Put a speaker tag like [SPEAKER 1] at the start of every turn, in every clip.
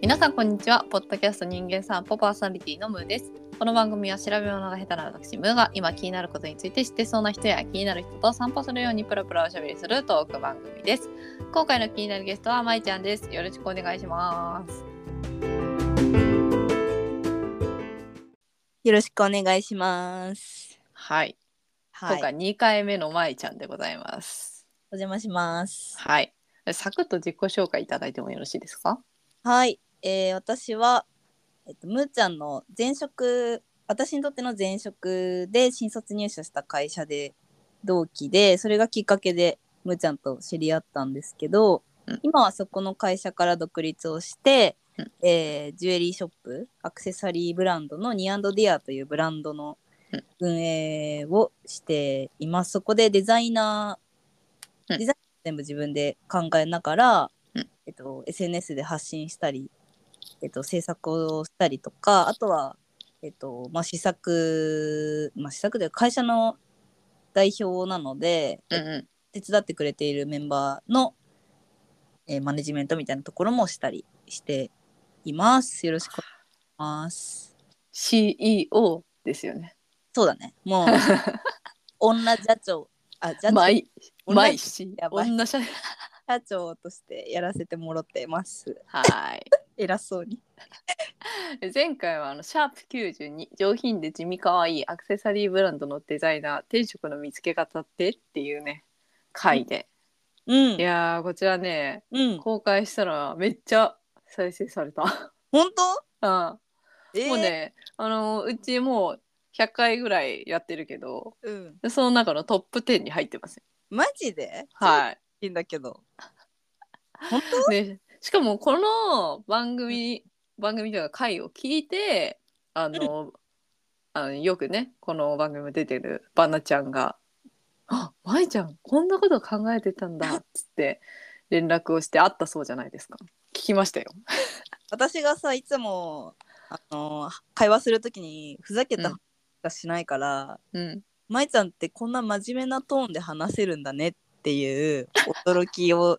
[SPEAKER 1] 皆さんこんにちはポッドキャスト人間散歩パーソナリティのムーですこの番組は調べ物が下手な私ムーが今気になることについて知ってそうな人や気になる人と散歩するようにプラプラおしゃべりするトーク番組です今回の気になるゲストはまいちゃんですよろしくお願いします
[SPEAKER 2] よろしくお願いします。
[SPEAKER 1] はい、
[SPEAKER 2] はい、
[SPEAKER 1] 今回2回目のまいちゃんでございます
[SPEAKER 2] お邪魔します。
[SPEAKER 1] はいサクッと自己紹介いただいてもよろしいですか
[SPEAKER 2] はい、えー、私は、えっと、むーちゃんの前職、私にとっての前職で新卒入社した会社で同期で、それがきっかけでむーちゃんと知り合ったんですけど、
[SPEAKER 1] うん
[SPEAKER 2] 今はそこの会社から独立をして、
[SPEAKER 1] うん
[SPEAKER 2] えージュエリーショップ、アクセサリーブランドのニアンドディアというブランドの
[SPEAKER 1] うん
[SPEAKER 2] 運営をしています。そこでデザイナー、
[SPEAKER 1] うん
[SPEAKER 2] デザイン全部自分で考えながら、えっと、SNS で発信したり、えっと、制作をしたりとかあとは、えっとまあ、試作、まあ、試作で会社の代表なので、
[SPEAKER 1] うんう
[SPEAKER 2] 手伝ってくれているメンバーの、えーマネジメントみたいなところもしたりしています。よろしくお願いします。
[SPEAKER 1] CEO ですよね
[SPEAKER 2] そうだね。もう、女社長、あ、社
[SPEAKER 1] まい
[SPEAKER 2] 女
[SPEAKER 1] まいし
[SPEAKER 2] やばい
[SPEAKER 1] 女社
[SPEAKER 2] 社長としてやらせてもらってます。
[SPEAKER 1] はい
[SPEAKER 2] 偉そうに。
[SPEAKER 1] で 前回はあのシャープ92上品で地味可愛いアクセサリーブランドのデザイナー天職の見つけ方ってっていうね回で、
[SPEAKER 2] うん
[SPEAKER 1] い。やーこちらね
[SPEAKER 2] うん。
[SPEAKER 1] 公開したらめっちゃ再生された、
[SPEAKER 2] 本
[SPEAKER 1] うん
[SPEAKER 2] 当、えー
[SPEAKER 1] もう。ねあのうちもう100回ぐらいやってるけど
[SPEAKER 2] うん。
[SPEAKER 1] その中のトップ10に入ってますよ
[SPEAKER 2] マジでい。
[SPEAKER 1] はい
[SPEAKER 2] いんだけど。
[SPEAKER 1] でしかもこの番組番組というか回を聞いてあの,、あのよくねこの番組も出てるバナちゃんが「あ舞ちゃんこんなこと考えてたんだ」っつって連絡をして会ったそうじゃないですか聞きましたよ
[SPEAKER 2] 私がさ、いつも、あのー会話するときにふざけた
[SPEAKER 1] うん
[SPEAKER 2] 話がしないから、
[SPEAKER 1] うん
[SPEAKER 2] 舞ちゃんってこんな真面目なトーンで話せるんだねっていう驚きを、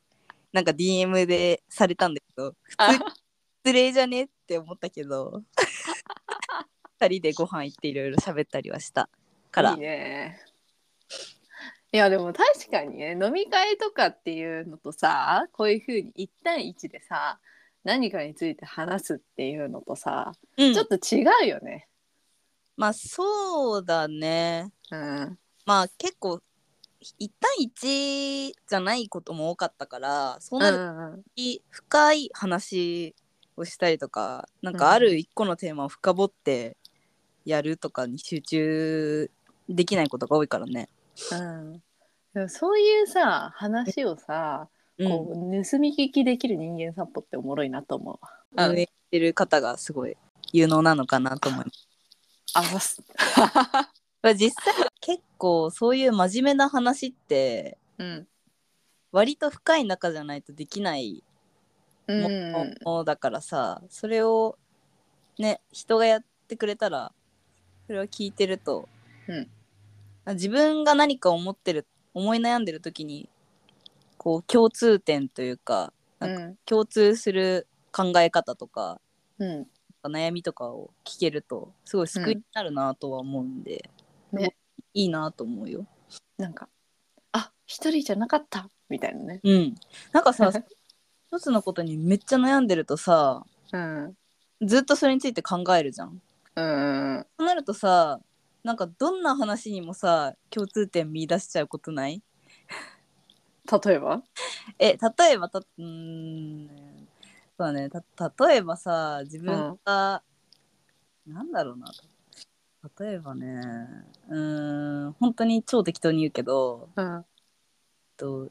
[SPEAKER 2] なんか DM でされたんだけど、普
[SPEAKER 1] あ
[SPEAKER 2] 通失礼じゃねって思ったけ ど、二人でご飯行っていろいろ喋ったりはしたから。
[SPEAKER 1] いいねいやでも確かにね飲み会とかっていうのとさこういうふうに一対一でさ何かについて話すっていうのとさ
[SPEAKER 2] うん
[SPEAKER 1] ちょっと違うよね。
[SPEAKER 2] まあそうだね。
[SPEAKER 1] うん
[SPEAKER 2] まあ結構、1対1じゃないことも多かったから、そう
[SPEAKER 1] う
[SPEAKER 2] なると
[SPEAKER 1] んうん
[SPEAKER 2] 深い話をしたりとかなんかある一個のテーマを深掘ってやるとかに集中できないことが多いからね。
[SPEAKER 1] うんでもそういうさ話をさ、
[SPEAKER 2] うん、
[SPEAKER 1] こう盗み聞きできる人間散歩っておもろいなと思うわ。
[SPEAKER 2] 運営してる方がすごい有能なのかなと思います。
[SPEAKER 1] あざっす
[SPEAKER 2] まあ 実際結構そういう真面目な話って
[SPEAKER 1] うん。
[SPEAKER 2] 割と深い中じゃないとできない
[SPEAKER 1] うん
[SPEAKER 2] も
[SPEAKER 1] うん
[SPEAKER 2] のだからさ、それをね人がやってくれたらそれを聞いてると、
[SPEAKER 1] うん
[SPEAKER 2] あ自分が何か思ってる思い悩んでる時にこう共通点というかなん
[SPEAKER 1] うん
[SPEAKER 2] 共通する考え方とか
[SPEAKER 1] うん
[SPEAKER 2] 悩みとかを聞けるとすごい救いになるなとは思うんで、
[SPEAKER 1] うんね
[SPEAKER 2] いいなと思うよ。
[SPEAKER 1] なんかあ一人じゃなかったみたいなね。
[SPEAKER 2] うん、な んかさ一つのことにめっちゃ悩んでるとさ
[SPEAKER 1] うんうん
[SPEAKER 2] ずっとそれについて考えるじゃん。
[SPEAKER 1] うん
[SPEAKER 2] となるとさなんかどんな話にもさ共通点見出しちゃうことない
[SPEAKER 1] 例えば
[SPEAKER 2] え例えばたうーんそうだねた例えばさ自分が、なんだろうな例えばねうーん本当に超適当に言うけど
[SPEAKER 1] うん
[SPEAKER 2] えっと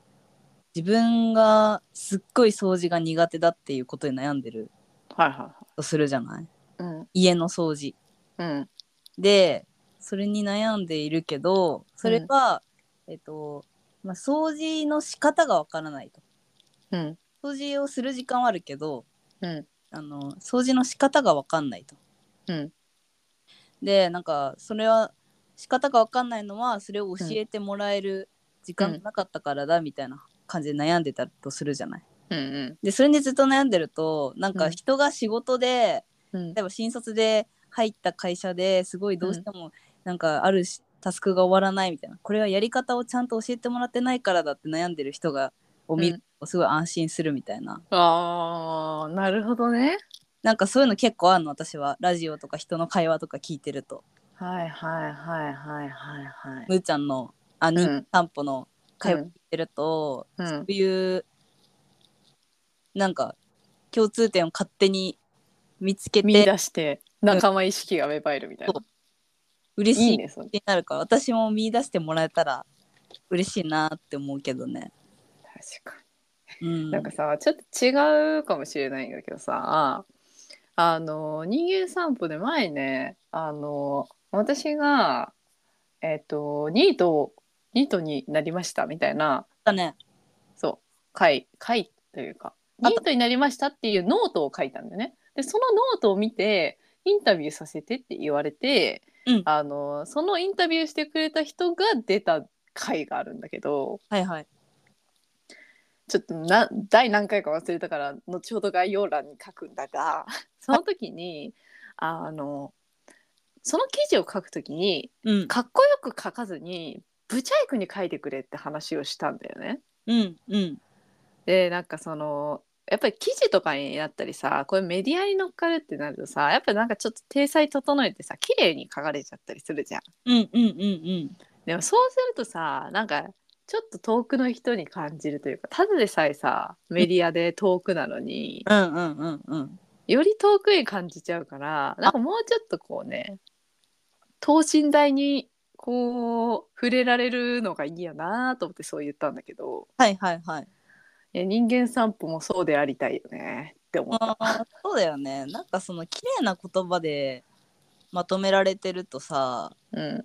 [SPEAKER 2] 自分がすっごい掃除が苦手だっていうことに悩んでる
[SPEAKER 1] はいは
[SPEAKER 2] とするじゃない
[SPEAKER 1] いはい。うん
[SPEAKER 2] 家の掃除
[SPEAKER 1] うん
[SPEAKER 2] でそれに悩んでいるけどそれは、えっと、まあ、掃除の仕方がわからないと
[SPEAKER 1] うん
[SPEAKER 2] 掃除をする時間はあるけど
[SPEAKER 1] うん
[SPEAKER 2] あの掃除の仕方がわかんないと
[SPEAKER 1] うん
[SPEAKER 2] でなんかそれは仕方がわかんないのはそれを教えてもらえる時間がなかったからだみたいな感じで悩んでたとするじゃない、
[SPEAKER 1] うん
[SPEAKER 2] でそれにずっと悩んでるとなん
[SPEAKER 1] う
[SPEAKER 2] か
[SPEAKER 1] ん
[SPEAKER 2] 人が仕事で、
[SPEAKER 1] うん
[SPEAKER 2] 例えば新卒で入った会社ですごいどうしてもなんかあるしタスクが終わらないみたいなこれはやり方をちゃんと教えてもらってないからだって悩んでる人がを見るとすごい安心するみたいな、
[SPEAKER 1] あーなるほどね
[SPEAKER 2] なんかそういうの結構あるの私はラジオとか人の会話とか聞いてると
[SPEAKER 1] はいはいはいはいはいはい
[SPEAKER 2] むーちゃんのあ
[SPEAKER 1] ん
[SPEAKER 2] 人気散歩の会話聞いてると、
[SPEAKER 1] うんうん
[SPEAKER 2] そういうなんか共通点を勝手に見つけ
[SPEAKER 1] 見
[SPEAKER 2] て
[SPEAKER 1] 出して仲間意識が芽生えるみたいな
[SPEAKER 2] そ、嬉し
[SPEAKER 1] い
[SPEAKER 2] い
[SPEAKER 1] いねそれ
[SPEAKER 2] になるから私も見出してもらえたら嬉しいなって思うけどね。
[SPEAKER 1] 確かに
[SPEAKER 2] うん、
[SPEAKER 1] なんかさちょっと違うかもしれないんだけどさあの人間散歩で前ねあの私がえっ、とニートニートになりましたみたいな
[SPEAKER 2] だね。
[SPEAKER 1] そう回回というかニ
[SPEAKER 2] あと
[SPEAKER 1] ートになりましたっていうノートを書いたんだよね。でそのノートを見てインタビューさせてって言われて、
[SPEAKER 2] うん
[SPEAKER 1] あのそのインタビューしてくれた人が出た回があるんだけど。
[SPEAKER 2] はいはい。
[SPEAKER 1] ちょっとな第何回か忘れたから後ほど概要欄に書くんだが その時にあのその記事を書く時に
[SPEAKER 2] うん。
[SPEAKER 1] かっこよく書かずにブチャイクに書いてくれって話をしたんだよね。
[SPEAKER 2] うんうん。
[SPEAKER 1] でなんかそのやっぱり記事とかになったりさこれメディアに乗っかるってなるとさやっぱなんかちょっと体裁整えてさ綺麗に書かれちゃったりするじゃん。
[SPEAKER 2] うんうんうん
[SPEAKER 1] でもそうするとさなんかちょっと遠くの人に感じるというかただでさえさメディアで遠くなのに
[SPEAKER 2] うん。うんうんうんうん。
[SPEAKER 1] より遠くに感じちゃうからなんかもうちょっとこうね等身大にこう触れられるのがいいやなと思ってそう言ったんだけど
[SPEAKER 2] はいはいはい。
[SPEAKER 1] いや人間散歩もそうでありたいよねって思った
[SPEAKER 2] あ。ーそうだよね。なんかその綺麗な言葉でまとめられてるとさ、
[SPEAKER 1] うん、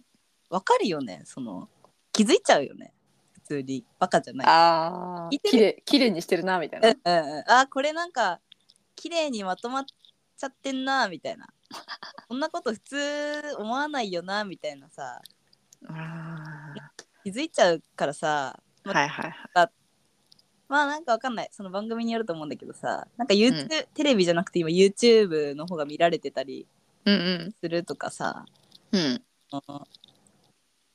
[SPEAKER 2] わかるよね。その気づいちゃうよね。普通にバカじゃない。
[SPEAKER 1] あー
[SPEAKER 2] 聞いてる
[SPEAKER 1] きれいきれいにしてるなみたい
[SPEAKER 2] うん
[SPEAKER 1] な
[SPEAKER 2] う。んうん。あーこれなんか綺麗にまとまっちゃってんなみたいな。こんなこと普通思わないよなみたいなさ。
[SPEAKER 1] あ
[SPEAKER 2] 気づいちゃうからさ
[SPEAKER 1] ーはいはいはい。
[SPEAKER 2] まあなんかわかんないその番組によると思うんだけどさなんか YouTube、テレビじゃなくて今 YouTube の方が見られてたり
[SPEAKER 1] うん
[SPEAKER 2] するとかさ
[SPEAKER 1] うんうん
[SPEAKER 2] あの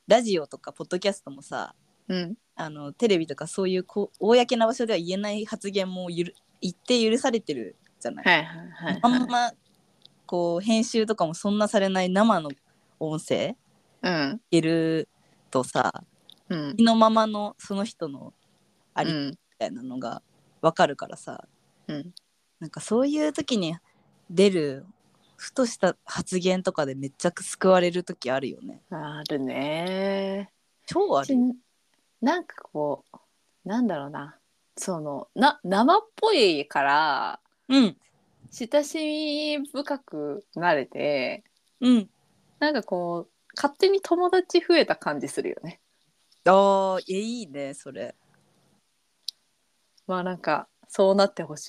[SPEAKER 2] ラジオとかポッドキャストもさ
[SPEAKER 1] うん
[SPEAKER 2] あのテレビとかそういうこう公な場所では言えない発言もゆる言って許されてるじゃない、
[SPEAKER 1] はいはいはい
[SPEAKER 2] あ
[SPEAKER 1] はい。
[SPEAKER 2] んまこう編集とかもそんなされない生の音声
[SPEAKER 1] うん
[SPEAKER 2] いるとさ
[SPEAKER 1] うん
[SPEAKER 2] 気のままのその人のあり
[SPEAKER 1] うん
[SPEAKER 2] みたいなのがわかるからさ
[SPEAKER 1] うん
[SPEAKER 2] なんかそういう時に出るふとした発言とかでめっちゃ救われる時あるよね。
[SPEAKER 1] あるね
[SPEAKER 2] 超ある。
[SPEAKER 1] なんかこうなんだろうなそのな生っぽいから
[SPEAKER 2] うん
[SPEAKER 1] 親しみ深くなれて
[SPEAKER 2] うん。
[SPEAKER 1] なんかこう勝手に友達増えた感じするよね。
[SPEAKER 2] ああいいねそれ。
[SPEAKER 1] まあなんかそうなってほし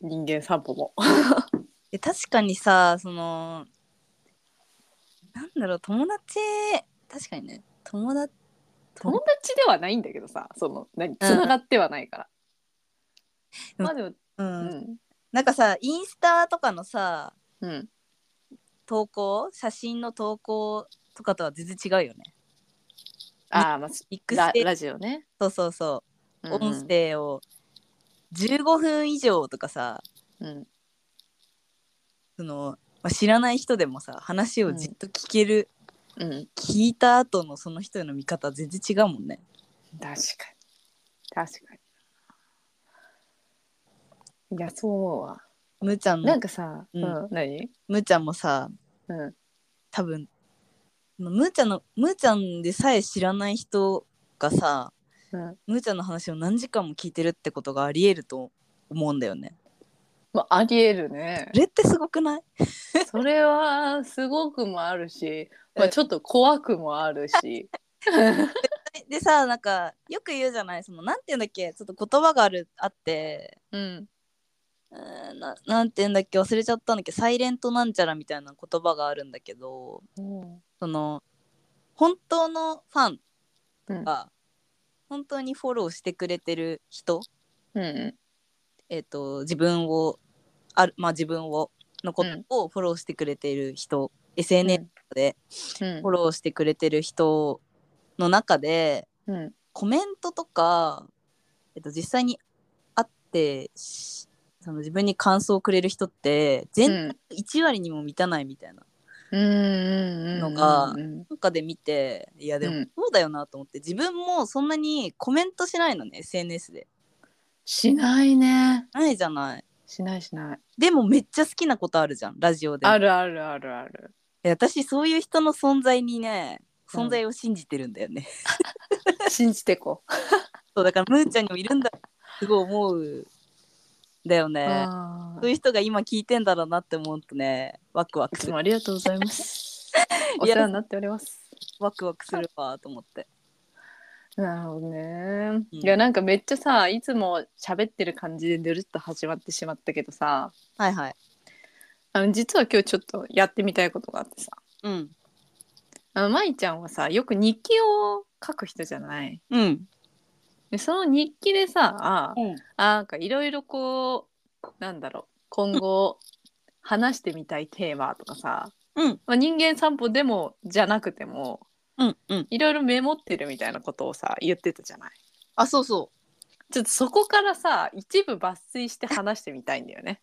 [SPEAKER 1] い人間散歩も。
[SPEAKER 2] で確かにさそのなんだろう友達確かにね友達
[SPEAKER 1] 友達ではないんだけどさその何つながってはないから。
[SPEAKER 2] うん
[SPEAKER 1] まあでも、
[SPEAKER 2] う、
[SPEAKER 1] うんん
[SPEAKER 2] なんかさインスタとかのさ
[SPEAKER 1] うん、
[SPEAKER 2] 投稿写真の投稿とかとは全然違うよね。
[SPEAKER 1] ああまあ
[SPEAKER 2] ミックス
[SPEAKER 1] ラ
[SPEAKER 2] で
[SPEAKER 1] ラジオね。
[SPEAKER 2] そうそうそうう、
[SPEAKER 1] ん
[SPEAKER 2] 音声を15分以上とかさ
[SPEAKER 1] うん
[SPEAKER 2] その、まあ、知らない人でもさ話をじっと聞ける、
[SPEAKER 1] うん、
[SPEAKER 2] 聞いた後のその人への見方全然違うもんね
[SPEAKER 1] 確かに確かに。いやそう思うわ。
[SPEAKER 2] むーちゃん
[SPEAKER 1] な
[SPEAKER 2] の
[SPEAKER 1] んかさ、
[SPEAKER 2] う
[SPEAKER 1] うんん、何、
[SPEAKER 2] むーちゃんもさ
[SPEAKER 1] うん、
[SPEAKER 2] 多分むーちゃんのむーちゃんでさえ知らない人がさ
[SPEAKER 1] うん、
[SPEAKER 2] むーちゃんの話を何時間も聞いてるってことがありえると思うんだよね
[SPEAKER 1] まあ、ありえる ね
[SPEAKER 2] そ。れってすごくない
[SPEAKER 1] それはすごくもあるし、ま
[SPEAKER 2] う
[SPEAKER 1] あ、
[SPEAKER 2] ん
[SPEAKER 1] ちょっと怖くもある し。
[SPEAKER 2] でさなんかよく言うじゃないそのなんて言うんだっけちょっと言葉があるあって
[SPEAKER 1] うん、
[SPEAKER 2] うーんななんて言うんだっけ忘れちゃったんだっけサイレントなんちゃらみたいな言葉があるんだけど
[SPEAKER 1] うん、
[SPEAKER 2] その本当のファン
[SPEAKER 1] うん
[SPEAKER 2] が本当にフォローしてくれてる人
[SPEAKER 1] うん、
[SPEAKER 2] えっと自分をある、まあ、自分をのことをフォローしてくれている人、SNS で
[SPEAKER 1] うん
[SPEAKER 2] フォローしてくれてる人の中で
[SPEAKER 1] うん
[SPEAKER 2] コメントとか、えっと、実際に会ってしその自分に感想をくれる人って
[SPEAKER 1] う
[SPEAKER 2] 全体
[SPEAKER 1] ん
[SPEAKER 2] 1割にも満たないみたいな
[SPEAKER 1] うん
[SPEAKER 2] のが
[SPEAKER 1] うん
[SPEAKER 2] 中で見ていやで
[SPEAKER 1] う
[SPEAKER 2] も
[SPEAKER 1] ん
[SPEAKER 2] そうだよなと思って自分もそんなにコメントしないのね SNS で。
[SPEAKER 1] しないね
[SPEAKER 2] ないじゃない。
[SPEAKER 1] しないしない
[SPEAKER 2] でもめっちゃ好きなことあるじゃんラジオで。
[SPEAKER 1] あるあるあるある
[SPEAKER 2] いや私そういう人の存在にね
[SPEAKER 1] うん
[SPEAKER 2] 存在を信じてるんだよね。
[SPEAKER 1] 信じてこ
[SPEAKER 2] そうだからむーちゃんにもいるんだすごい思うんだよ
[SPEAKER 1] う、
[SPEAKER 2] ね。
[SPEAKER 1] あ
[SPEAKER 2] そう
[SPEAKER 1] ー
[SPEAKER 2] いう人が今聞いてんだろうなって思うとねワクワ
[SPEAKER 1] い
[SPEAKER 2] クす
[SPEAKER 1] つ
[SPEAKER 2] る
[SPEAKER 1] もありがとうございますお
[SPEAKER 2] いや
[SPEAKER 1] 世話になっております
[SPEAKER 2] ワクワクするわと思って。
[SPEAKER 1] なるほどね、いやなんかめっちゃさいつも喋ってる感じでぬるっと始まってしまったけどさ
[SPEAKER 2] はいはい。
[SPEAKER 1] あの実は今日ちょっとやってみたいことがあってさ
[SPEAKER 2] うん。
[SPEAKER 1] あの舞ちゃんはさよく日記を書く人じゃない
[SPEAKER 2] うん。
[SPEAKER 1] でその日記でさあ
[SPEAKER 2] うん。
[SPEAKER 1] あなんかいろいろこうなんだろう今後話してみたいテーマとかさ、
[SPEAKER 2] うん
[SPEAKER 1] まあ、人間散歩でもじゃなくても
[SPEAKER 2] うん。うん。
[SPEAKER 1] いろいろメモってるみたいなことをさ言ってたじゃない
[SPEAKER 2] あそうそ
[SPEAKER 1] ちょっとそこからさ一部抜粋して話してみたいんだよね。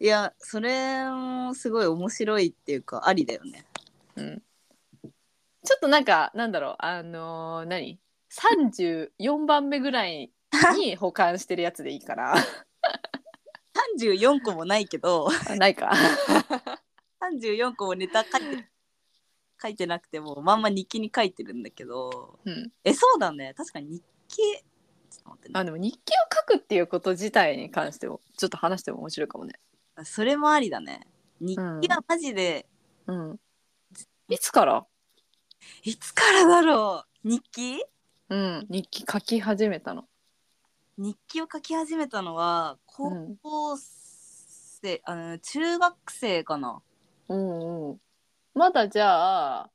[SPEAKER 2] う。いやそれもすごい面白いっていうかありだよね。
[SPEAKER 1] うん、ちょっとなんかなんだろうあのー何34番目ぐらいに保管してるやつでいいから
[SPEAKER 2] 34個もないけど
[SPEAKER 1] あないか
[SPEAKER 2] 34個もネタ書いて書いてなくてもまんま日記に書いてるんだけど
[SPEAKER 1] うん
[SPEAKER 2] えそうだね確かに日記ちょっと待ってね
[SPEAKER 1] あでも日記を書くっていうこと自体に関してもちょっと話しても面白いかもね。
[SPEAKER 2] それもありだね。日記はマジで、
[SPEAKER 1] うん、いつから、
[SPEAKER 2] いつからだろう日記
[SPEAKER 1] うん、日記書き始めたの、
[SPEAKER 2] 日記を書き始めたのは
[SPEAKER 1] う
[SPEAKER 2] 高
[SPEAKER 1] ん
[SPEAKER 2] 校生、あの中学生かな
[SPEAKER 1] うんうん、まだじゃあ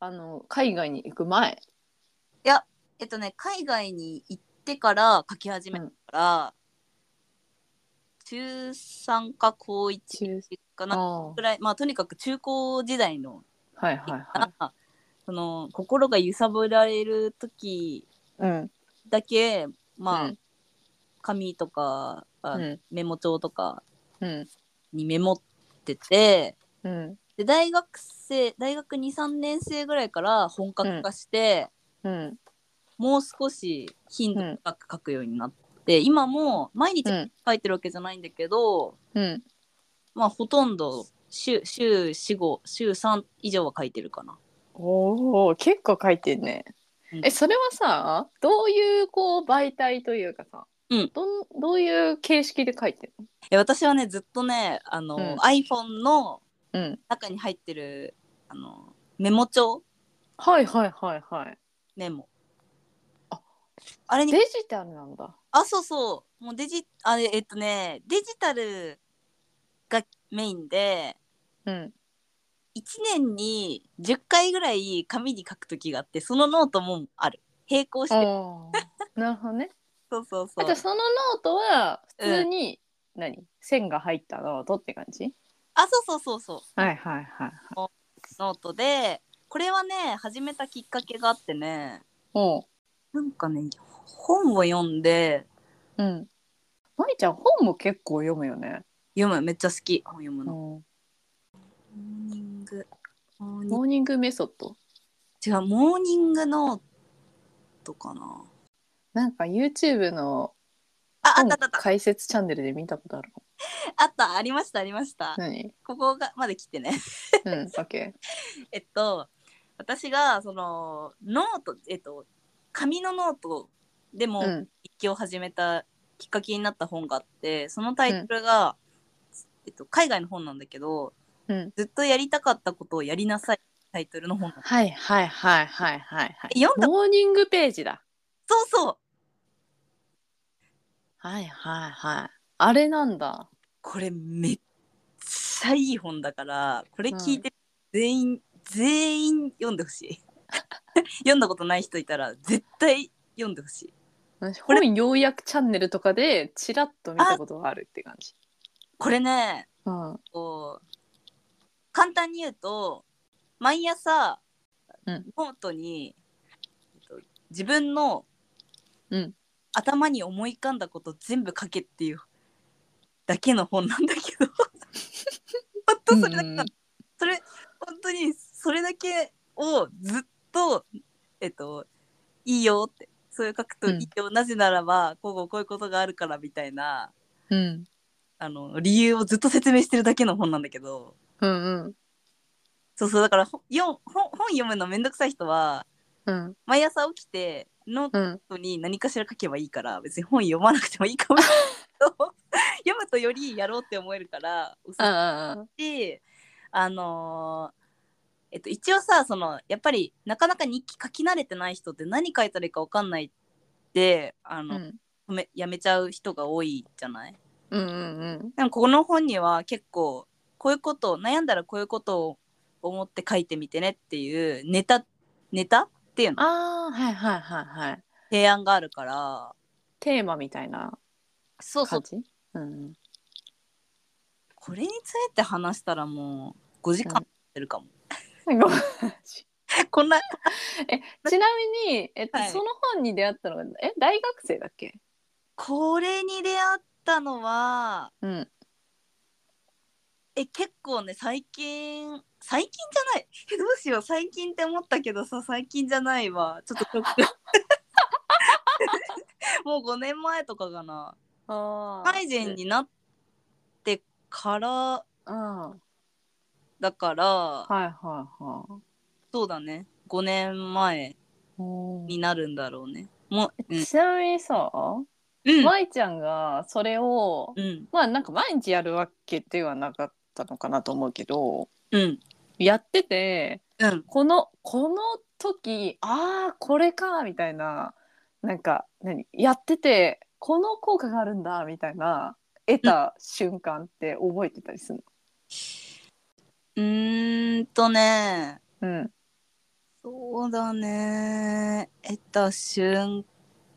[SPEAKER 1] あの海外に行く前。
[SPEAKER 2] えっとね海外に行ってから書き始めたから、中3か高1
[SPEAKER 1] 中
[SPEAKER 2] かな
[SPEAKER 1] あ
[SPEAKER 2] くらいまあとにかく中高時代の
[SPEAKER 1] あはいはいは
[SPEAKER 2] その心が揺さぶられる時
[SPEAKER 1] い。うん
[SPEAKER 2] だけまあ、
[SPEAKER 1] うん
[SPEAKER 2] 紙とかあ、
[SPEAKER 1] うん
[SPEAKER 2] メモ帳とか
[SPEAKER 1] うん
[SPEAKER 2] にメモってて
[SPEAKER 1] うん
[SPEAKER 2] で大学生大学23年生ぐらいから本格化して、
[SPEAKER 1] うん
[SPEAKER 2] もう少し頻度
[SPEAKER 1] うん
[SPEAKER 2] 高く書くようになって、今も毎日
[SPEAKER 1] うん
[SPEAKER 2] 書いてるわけじゃないんだけど、
[SPEAKER 1] うん
[SPEAKER 2] まあほとんど週週45週3以上は書いてるかな。
[SPEAKER 1] おお結構書いてんね
[SPEAKER 2] うん。
[SPEAKER 1] えそれはさどういうこう媒体というかさ、
[SPEAKER 2] うん
[SPEAKER 1] どんどういう形式で書いてる
[SPEAKER 2] え私はねずっとねあの、
[SPEAKER 1] うん
[SPEAKER 2] iPhone の
[SPEAKER 1] の？うん
[SPEAKER 2] 中に入ってるあのメモ帳
[SPEAKER 1] はいはいはいはい。
[SPEAKER 2] メモ。
[SPEAKER 1] あ
[SPEAKER 2] あれに
[SPEAKER 1] デジタルなんだ。
[SPEAKER 2] あ、そうそう。もうデジ、あれ、えっとね、デジタルがメインで、
[SPEAKER 1] うん
[SPEAKER 2] 1年に10回ぐらい紙に書くときがあって、そのノートもある。並行し
[SPEAKER 1] あ
[SPEAKER 2] て。
[SPEAKER 1] ーなるほどね。
[SPEAKER 2] そうそうそ
[SPEAKER 1] あじゃあ
[SPEAKER 2] う。
[SPEAKER 1] そのノートは普通に、何線が入ったノートって感じ？
[SPEAKER 2] あ、そうそうそうそう。
[SPEAKER 1] はいはいはい。
[SPEAKER 2] ノートで、これはね、始めたきっかけがあってね、
[SPEAKER 1] おう
[SPEAKER 2] なんかね、本を読んで、
[SPEAKER 1] うん。まりちゃん本も結構読むよね。
[SPEAKER 2] 読む、めっちゃ好き、本読むの。
[SPEAKER 1] モ
[SPEAKER 2] モーニング、モーニング
[SPEAKER 1] ーニングメソッド。
[SPEAKER 2] 違う、モーニングノートかな。
[SPEAKER 1] なんか YouTube の
[SPEAKER 2] あ、あっ
[SPEAKER 1] 本
[SPEAKER 2] たあったあった。
[SPEAKER 1] 解説チャンネルで見たことあるかも。
[SPEAKER 2] あった、ありました、ありました。
[SPEAKER 1] 何？
[SPEAKER 2] ここがまで来てね。
[SPEAKER 1] うん。オッケ
[SPEAKER 2] えっと私がそのノートえっと紙のノートで
[SPEAKER 1] ー。
[SPEAKER 2] も
[SPEAKER 1] うん。
[SPEAKER 2] 日記を始めたきっかけになった本があってそのタイトルが、えっと、海外の本なんだけど
[SPEAKER 1] うん。
[SPEAKER 2] ずっとやりたかったことをやりなさいタイトルの本なの
[SPEAKER 1] はいはいはいはいはいは
[SPEAKER 2] え
[SPEAKER 1] い。
[SPEAKER 2] 読んだ
[SPEAKER 1] モーニングページだ。
[SPEAKER 2] そうそう
[SPEAKER 1] はいはいはい。あれなんだ。
[SPEAKER 2] これめっちゃいい本だからこれ聞いて全員、全 員読んでほしい読んだことない人いたら絶対読んでほしい
[SPEAKER 1] 私本ようやくチャンネルとかでチラッと見たことがあるって感じ。
[SPEAKER 2] これね
[SPEAKER 1] うん
[SPEAKER 2] こう簡単に言うと毎朝、
[SPEAKER 1] うん
[SPEAKER 2] ノートに、えっと自分の、
[SPEAKER 1] うん
[SPEAKER 2] 頭に思い浮かんだこと全部書けっていうだけの本なんだ けどほんとそれだけなの、
[SPEAKER 1] うん
[SPEAKER 2] それ本当にそれだけをずっとえっといいよってそういう書くといいよ、なぜならばこうこうこういうことがあるからみたいな
[SPEAKER 1] うん
[SPEAKER 2] あの理由をずっと説明してるだけの本なんだけど
[SPEAKER 1] うんうん
[SPEAKER 2] そうそうだからほよん本本読むのめんどくさい人は
[SPEAKER 1] うん
[SPEAKER 2] 毎朝起きてノー
[SPEAKER 1] うん
[SPEAKER 2] トに何かしら書けばいいから別に本読まなくてもいいかもしれない けど読むとよりやろうって思えるからおすす
[SPEAKER 1] あ
[SPEAKER 2] め
[SPEAKER 1] ああ
[SPEAKER 2] しあのーえっと、一応さそのやっぱりなかなか日記書き慣れてない人って何書いたらいいか分かんないってあ
[SPEAKER 1] う
[SPEAKER 2] の、
[SPEAKER 1] ん
[SPEAKER 2] 止めやめちゃう人が多いじゃない
[SPEAKER 1] うんうん
[SPEAKER 2] でもこの本には結構こういうことを悩んだらこういうことを思って書いてみてねっていうネタネタっていうの
[SPEAKER 1] ああはいはいはいはい
[SPEAKER 2] 提案があるから
[SPEAKER 1] テーマみたいな
[SPEAKER 2] そう
[SPEAKER 1] 感
[SPEAKER 2] そう
[SPEAKER 1] じうん
[SPEAKER 2] これについて話したらもう5時間ってるかも、
[SPEAKER 1] ごめん
[SPEAKER 2] こんな
[SPEAKER 1] え ちなみに、えっと
[SPEAKER 2] はい
[SPEAKER 1] その本に出会ったのがえ大学生だっけ
[SPEAKER 2] これに出会ったのは
[SPEAKER 1] うん
[SPEAKER 2] え結構ね最近最近じゃないえどうしよう最近って思ったけどさ最近じゃないわちょっとショッ クもう5年前とかかな
[SPEAKER 1] あ
[SPEAKER 2] 社会人になってから
[SPEAKER 1] うんはい
[SPEAKER 2] だから、
[SPEAKER 1] はいはい
[SPEAKER 2] そうだね5年前
[SPEAKER 1] おー
[SPEAKER 2] になるんだろうねもううん
[SPEAKER 1] ちなみにさ、
[SPEAKER 2] うん、
[SPEAKER 1] 舞ちゃんがそれを、
[SPEAKER 2] うん
[SPEAKER 1] まあなんか毎日やるわけではなかったのかなと思うけど
[SPEAKER 2] うん
[SPEAKER 1] やってて
[SPEAKER 2] うん
[SPEAKER 1] このこの時ああこれかみたいななんか何やっててこの効果があるんだみたいな得た瞬間って覚えてたりする
[SPEAKER 2] うーんとね
[SPEAKER 1] の、うん、
[SPEAKER 2] そうだね得た瞬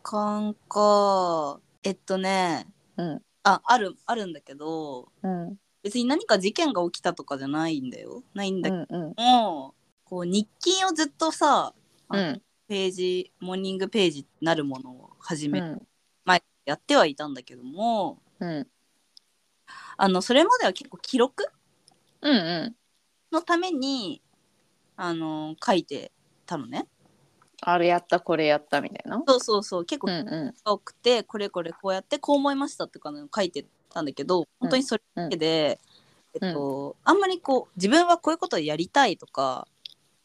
[SPEAKER 2] 間かえっとね
[SPEAKER 1] うん
[SPEAKER 2] ああるあるんだけど
[SPEAKER 1] うん
[SPEAKER 2] 別に何か事件が起きたとかじゃないんだよないん
[SPEAKER 1] う
[SPEAKER 2] だけ
[SPEAKER 1] んうん
[SPEAKER 2] ども、こう日記をずっとさ
[SPEAKER 1] うん
[SPEAKER 2] ページモーニングページなるものを始
[SPEAKER 1] う
[SPEAKER 2] め、
[SPEAKER 1] ん
[SPEAKER 2] 前やってはいたんだけども
[SPEAKER 1] うん
[SPEAKER 2] あのそれまでは結構記録
[SPEAKER 1] うん
[SPEAKER 2] のためにあの書いてたのね
[SPEAKER 1] あれやったこれやったみたいな
[SPEAKER 2] そうそうそう結構
[SPEAKER 1] うんう
[SPEAKER 2] 多くて、これこれこうやってこう思いましたっていうのを書いてたんだけど本当にそれだけで、
[SPEAKER 1] うん
[SPEAKER 2] えっと、あんまりこう自分はこういうことをやりたいとか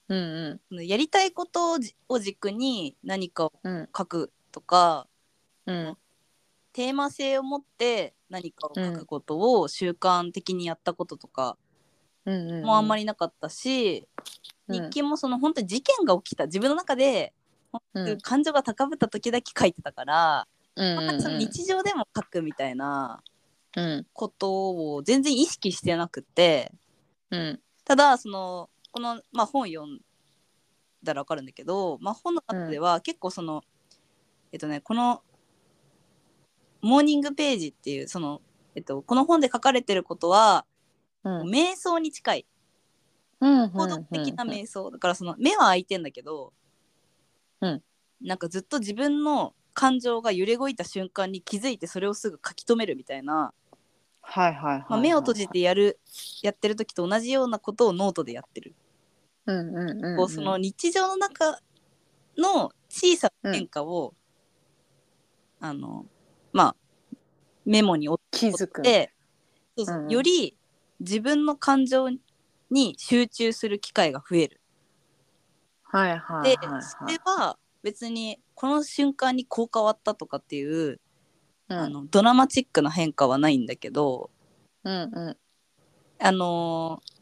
[SPEAKER 1] んうん
[SPEAKER 2] そのやりたいことをじを軸に何かを
[SPEAKER 1] うん
[SPEAKER 2] 書くとか
[SPEAKER 1] うん
[SPEAKER 2] テーマ性を持って何かを書くことを習慣的にやったこととか
[SPEAKER 1] うん
[SPEAKER 2] もあんま
[SPEAKER 1] り
[SPEAKER 2] りなかったし、
[SPEAKER 1] うん
[SPEAKER 2] 日記もその本当に事件が起きた自分の中で
[SPEAKER 1] うん
[SPEAKER 2] 感情が高ぶった時だけ書いてたから、
[SPEAKER 1] うん
[SPEAKER 2] あんまりその日常でも書くみたいな
[SPEAKER 1] うん
[SPEAKER 2] ことを全然意識してなくて
[SPEAKER 1] うん
[SPEAKER 2] ただそのこの、まあ、本読んだら分かるんだけど、まあ、本の中では結構その、えっとねこの「モーニングページ」っていうその、えっと、この本で書かれてることは、
[SPEAKER 1] うん
[SPEAKER 2] 瞑想に近い
[SPEAKER 1] うん
[SPEAKER 2] 行動的な瞑想だからその目は開いてんだけど、
[SPEAKER 1] うん
[SPEAKER 2] なんかずっと自分の感情が揺れ動いた瞬間に気づいてそれをすぐ書き留めるみたいな、
[SPEAKER 1] はいはいはい
[SPEAKER 2] まあ、目を閉じてやるやってる時と同じようなことをノートでやってる、
[SPEAKER 1] うんうんうん
[SPEAKER 2] こうその日常の中の小さな変化を、あのまあメモに追っ
[SPEAKER 1] 気づく
[SPEAKER 2] てそうそう
[SPEAKER 1] うん
[SPEAKER 2] より自分の感情に集中する機会が増える。
[SPEAKER 1] はいは
[SPEAKER 2] で
[SPEAKER 1] いはい
[SPEAKER 2] そ
[SPEAKER 1] は
[SPEAKER 2] れ
[SPEAKER 1] い
[SPEAKER 2] は別にこの瞬間にこう変わったとかっていう、
[SPEAKER 1] うん
[SPEAKER 2] あのドラマチックな変化はないんだけど、
[SPEAKER 1] うんうん
[SPEAKER 2] あのー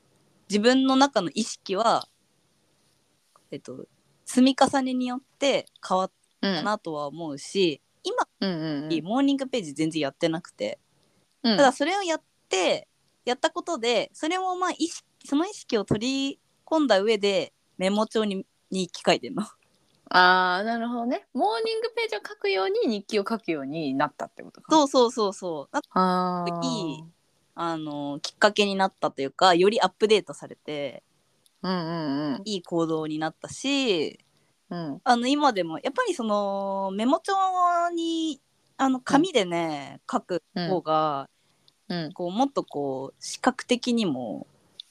[SPEAKER 2] 自分の中の意識は、えっと、積み重ねによって変わっ
[SPEAKER 1] うん
[SPEAKER 2] たなとは思うし、
[SPEAKER 1] うんうん
[SPEAKER 2] 今モーニングページ全然やってなくて、
[SPEAKER 1] うん
[SPEAKER 2] ただそれをやってやったことでそれもまあ 意識その意識を取り込んだ上でメモ帳にに機械での
[SPEAKER 1] ああなるほどねモーニングページを書くように日記を書くようになったってことか
[SPEAKER 2] そううそうそうそうなんか
[SPEAKER 1] あー
[SPEAKER 2] いいあのきっかけになったというかよりアップデートされて
[SPEAKER 1] うんうん
[SPEAKER 2] いい行動になったし
[SPEAKER 1] うんうん
[SPEAKER 2] あの今でもやっぱりそのメモ帳にあの紙でね、書く方が、
[SPEAKER 1] うん
[SPEAKER 2] こうもっとこう視覚的にも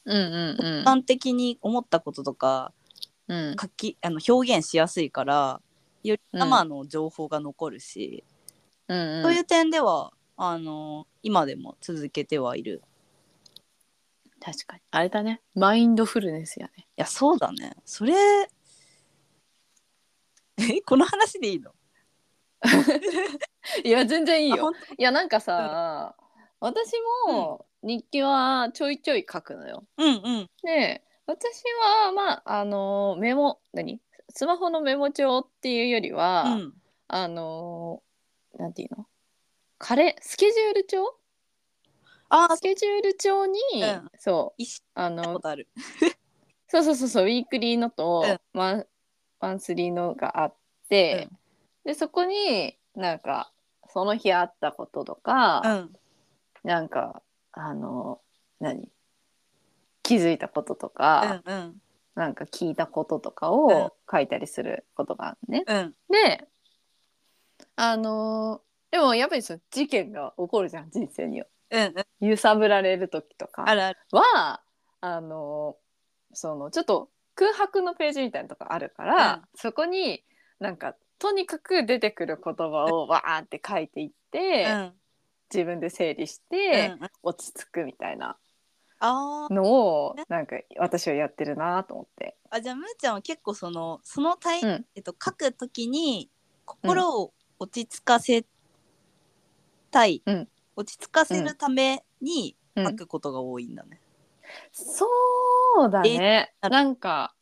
[SPEAKER 1] うんうん
[SPEAKER 2] 一般的に思ったこととか
[SPEAKER 1] うん
[SPEAKER 2] 書きあの表現しやすいからより
[SPEAKER 1] うん
[SPEAKER 2] 生の情報が残るし、
[SPEAKER 1] うん
[SPEAKER 2] そういう点ではあの今でも続けてはいる
[SPEAKER 1] 確かにあれだねマインドフルネスやね
[SPEAKER 2] いやそうだねそれ えこの話でいいの
[SPEAKER 1] いや全然いい
[SPEAKER 2] あ
[SPEAKER 1] よ
[SPEAKER 2] ほん
[SPEAKER 1] いやなんかさ私も日記はちょいちょい書くのよ
[SPEAKER 2] うんうん
[SPEAKER 1] で私はまああのメモ何スマホのメモ帳っていうよりは、
[SPEAKER 2] うん
[SPEAKER 1] あのなんていうのカレスケジュール帳
[SPEAKER 2] あ
[SPEAKER 1] スケジュール帳に、
[SPEAKER 2] うん
[SPEAKER 1] そう
[SPEAKER 2] 意識し
[SPEAKER 1] あ
[SPEAKER 2] たこ
[SPEAKER 1] の
[SPEAKER 2] とある
[SPEAKER 1] そうそうそうそうウィークリーのと、
[SPEAKER 2] うん
[SPEAKER 1] マンマンスリーのがあって、でそこになんかその日あったことと
[SPEAKER 2] う
[SPEAKER 1] か、
[SPEAKER 2] ん
[SPEAKER 1] なんかあの何気づいたことと
[SPEAKER 2] う
[SPEAKER 1] か、
[SPEAKER 2] んうん
[SPEAKER 1] なんか聞いたこととか
[SPEAKER 2] うん
[SPEAKER 1] を書いたりすることがあるね。
[SPEAKER 2] うん
[SPEAKER 1] であのでもやっぱりその事件が起こるじゃん人生に
[SPEAKER 2] うんうん
[SPEAKER 1] 揺さぶられる時とか
[SPEAKER 2] あるある
[SPEAKER 1] はあのそのちょっと空白のページみたいなとこあるから、
[SPEAKER 2] うん
[SPEAKER 1] そこになんかとにかく出てくる言葉をわーって書いていって、
[SPEAKER 2] うん
[SPEAKER 1] 自分で整理して
[SPEAKER 2] うんうん
[SPEAKER 1] 落ち着くみたいな
[SPEAKER 2] あー
[SPEAKER 1] のをなんか私はやってるなと思って。
[SPEAKER 2] あじゃあむーちゃんは結構そのそのタイ、
[SPEAKER 1] うん
[SPEAKER 2] えっと、書くときに心を落ち着かせたい、
[SPEAKER 1] うん
[SPEAKER 2] 落ち着かせるために
[SPEAKER 1] うん
[SPEAKER 2] 書くことが多いんだね、
[SPEAKER 1] そうだね
[SPEAKER 2] え
[SPEAKER 1] なんか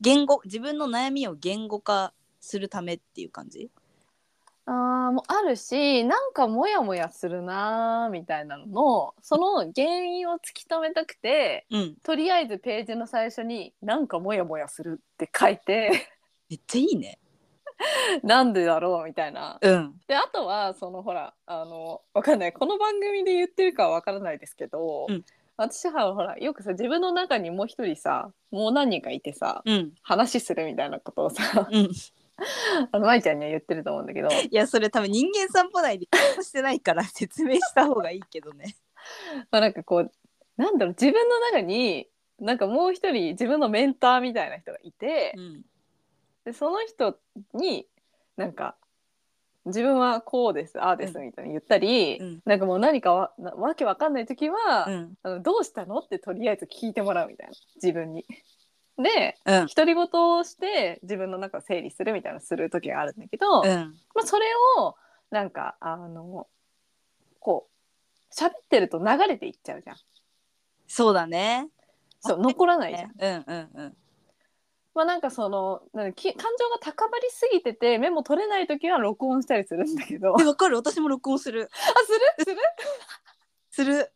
[SPEAKER 2] 言語自分の悩みを言語化するためっていう感じ
[SPEAKER 1] あーもうあるしなんかモヤモヤするなーみたいなののその原因を突き止めたくて
[SPEAKER 2] うん
[SPEAKER 1] とりあえずページの最初に「なんかモヤモヤする」って書いて
[SPEAKER 2] めっちゃいいね
[SPEAKER 1] なんでだろうみたいな。
[SPEAKER 2] うん
[SPEAKER 1] であとはそのほらあのわかんないこの番組で言ってるかはわからないですけど、
[SPEAKER 2] うん
[SPEAKER 1] 私はほらよくさ自分の中にもう一人さもう何人かいてさ
[SPEAKER 2] うん
[SPEAKER 1] 話するみたいなことをさ
[SPEAKER 2] うんい
[SPEAKER 1] あの舞ちゃんには言ってると思うんだけど
[SPEAKER 2] やそれ多分人間散歩内で言おうとしてないから説明した方がいいけど ね
[SPEAKER 1] まあなんかこうなんだろう自分の中になんかもう一人自分のメンターみたいな人がいて、
[SPEAKER 2] うん
[SPEAKER 1] でその人になんか自分はこうですああです
[SPEAKER 2] うん
[SPEAKER 1] みたいに言ったり、
[SPEAKER 2] うん
[SPEAKER 1] なんかもう何かわなわけわかんない時は、
[SPEAKER 2] うん
[SPEAKER 1] あのどうしたのってとりあえず聞いてもらうみたいな自分に。で
[SPEAKER 2] うん
[SPEAKER 1] 独り言をして自分の中を整理するみたいなのする時があるんだけど、
[SPEAKER 2] うん
[SPEAKER 1] まあ、それをなんかあのこう喋ってると流れていっちゃうじゃん。
[SPEAKER 2] そうだね
[SPEAKER 1] そう残らないじゃん。
[SPEAKER 2] うんうんうん
[SPEAKER 1] まあなんかそのなんかき感情が高まりすぎててメモ取れない時は録音したりするんだけど あ
[SPEAKER 2] えわかる私も録音する
[SPEAKER 1] するする
[SPEAKER 2] する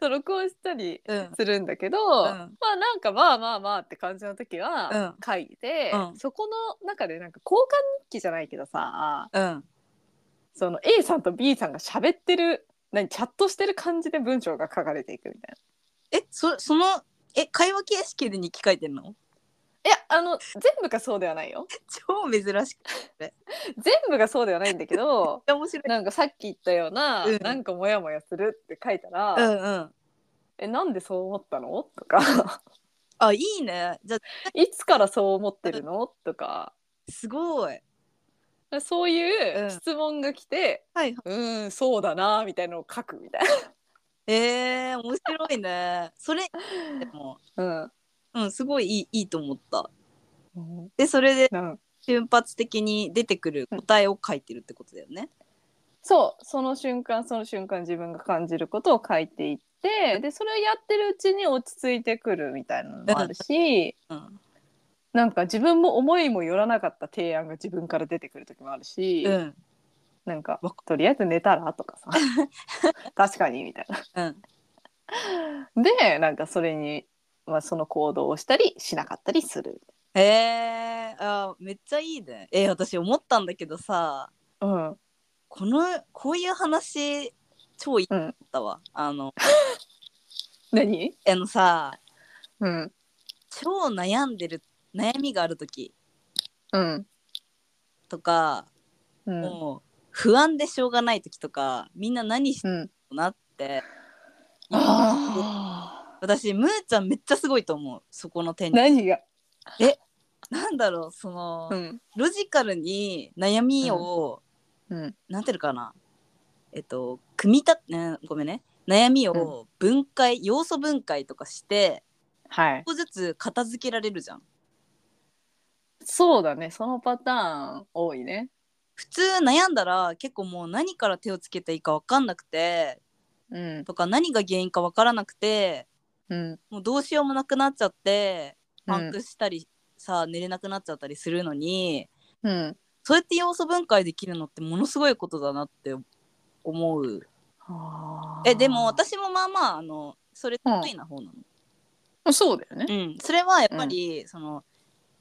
[SPEAKER 1] そう録音したり
[SPEAKER 2] うん
[SPEAKER 1] するんだけど、
[SPEAKER 2] ん
[SPEAKER 1] まあなんかまあまあまあって感じの時は
[SPEAKER 2] うん
[SPEAKER 1] 書いて、
[SPEAKER 2] うん
[SPEAKER 1] そこの中でなんか交換日記じゃないけどさ
[SPEAKER 2] うん
[SPEAKER 1] その A さんと B さんが喋ってる何チャットしてる感じで文章が書かれていくみたいな。
[SPEAKER 2] えそそのえ会話形式で日記書いてんの
[SPEAKER 1] いやあの全部がそうではないよ
[SPEAKER 2] 超珍しくて
[SPEAKER 1] 全部がそうではないんだけど
[SPEAKER 2] 面白い
[SPEAKER 1] なんかさっき言ったような、
[SPEAKER 2] うん
[SPEAKER 1] なんかモヤモヤするって書いたら、
[SPEAKER 2] うんうん
[SPEAKER 1] えなんでそう思ったのとか
[SPEAKER 2] あいいねじゃ
[SPEAKER 1] いつからそう思ってるのとか
[SPEAKER 2] すごいはい
[SPEAKER 1] そういううん質問が来て、
[SPEAKER 2] はい
[SPEAKER 1] うん、ーんそうだなみたいなのを書くみたい
[SPEAKER 2] えー、面白いねそれでも
[SPEAKER 1] な。
[SPEAKER 2] うんすごいいいいいと思った
[SPEAKER 1] うん
[SPEAKER 2] でそれで
[SPEAKER 1] なん
[SPEAKER 2] 瞬発的に出てくる答えを書いてるってことだよね
[SPEAKER 1] そうその瞬間その瞬間自分が感じることを書いていってでそれをやってるうちに落ち着いてくるみたいなのもあるし、
[SPEAKER 2] うん
[SPEAKER 1] なんか自分も思いもよらなかった提案が自分から出てくる時もあるし、
[SPEAKER 2] うん
[SPEAKER 1] なんか
[SPEAKER 2] わか
[SPEAKER 1] とりあえず寝たらとか さ確かにみたいな。
[SPEAKER 2] うん
[SPEAKER 1] でなんかそれに、まあ、その行動をしたりしなかったりする
[SPEAKER 2] えー、あーめっちゃいいね。えー私思ったんだけどさ
[SPEAKER 1] うん
[SPEAKER 2] このこういう話超いい
[SPEAKER 1] うん
[SPEAKER 2] ったわ。あの
[SPEAKER 1] 何
[SPEAKER 2] あのさ
[SPEAKER 1] うん
[SPEAKER 2] 超悩んでる悩みがある時
[SPEAKER 1] うん
[SPEAKER 2] とか、
[SPEAKER 1] うん
[SPEAKER 2] もう不安でしょうがない時とかみんな何して
[SPEAKER 1] う
[SPEAKER 2] る
[SPEAKER 1] ん
[SPEAKER 2] のかなって、
[SPEAKER 1] あ
[SPEAKER 2] 私むーちゃんめっちゃすごいと思うそこの点
[SPEAKER 1] ー
[SPEAKER 2] に。
[SPEAKER 1] 何が
[SPEAKER 2] なんだろうその、
[SPEAKER 1] うん
[SPEAKER 2] ロジカルに悩みを、
[SPEAKER 1] うん
[SPEAKER 2] なんていうのかなえっと組み立て、ねごめんね悩みを分解、要素分解とかして
[SPEAKER 1] はい
[SPEAKER 2] 一個ずつ片付けられるじゃん
[SPEAKER 1] そうだねそのパターン多いね
[SPEAKER 2] 普通悩んだら結構もう何から手をつけていいか分かんなくて
[SPEAKER 1] うん
[SPEAKER 2] とか何が原因か分からなくて
[SPEAKER 1] うん
[SPEAKER 2] もうどうしようもなくなっちゃって
[SPEAKER 1] う
[SPEAKER 2] パン
[SPEAKER 1] ん
[SPEAKER 2] クしたりさ、寝れなくなっちゃったりするのに
[SPEAKER 1] うん
[SPEAKER 2] そうやって要素分解できるのってものすごいことだなって思うえでも私もまあまああのそれ得意な方なの、
[SPEAKER 1] そうだよね
[SPEAKER 2] うんそれはやっぱり、その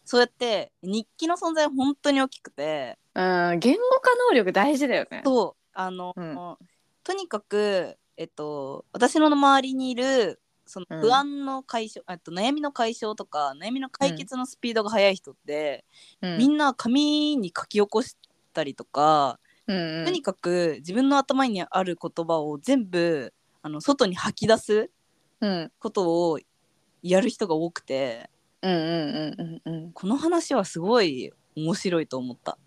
[SPEAKER 2] そうやって日記の存在は本当に大きくて
[SPEAKER 1] うん言語化能力大事だよね
[SPEAKER 2] そうあの、
[SPEAKER 1] うん
[SPEAKER 2] とにかくえっと私の周りにいるその
[SPEAKER 1] うん
[SPEAKER 2] 不安の解消、あと悩みの解消とか悩みの解決のスピードが速い人って、
[SPEAKER 1] うん
[SPEAKER 2] みんな紙に書き起こしたりとか、
[SPEAKER 1] うん
[SPEAKER 2] とにかく自分の頭にある言葉を全部あの外に吐き出す
[SPEAKER 1] うん
[SPEAKER 2] ことをやる人が多くて
[SPEAKER 1] うんうんうんうんうん
[SPEAKER 2] この話はすごい面白いと思った。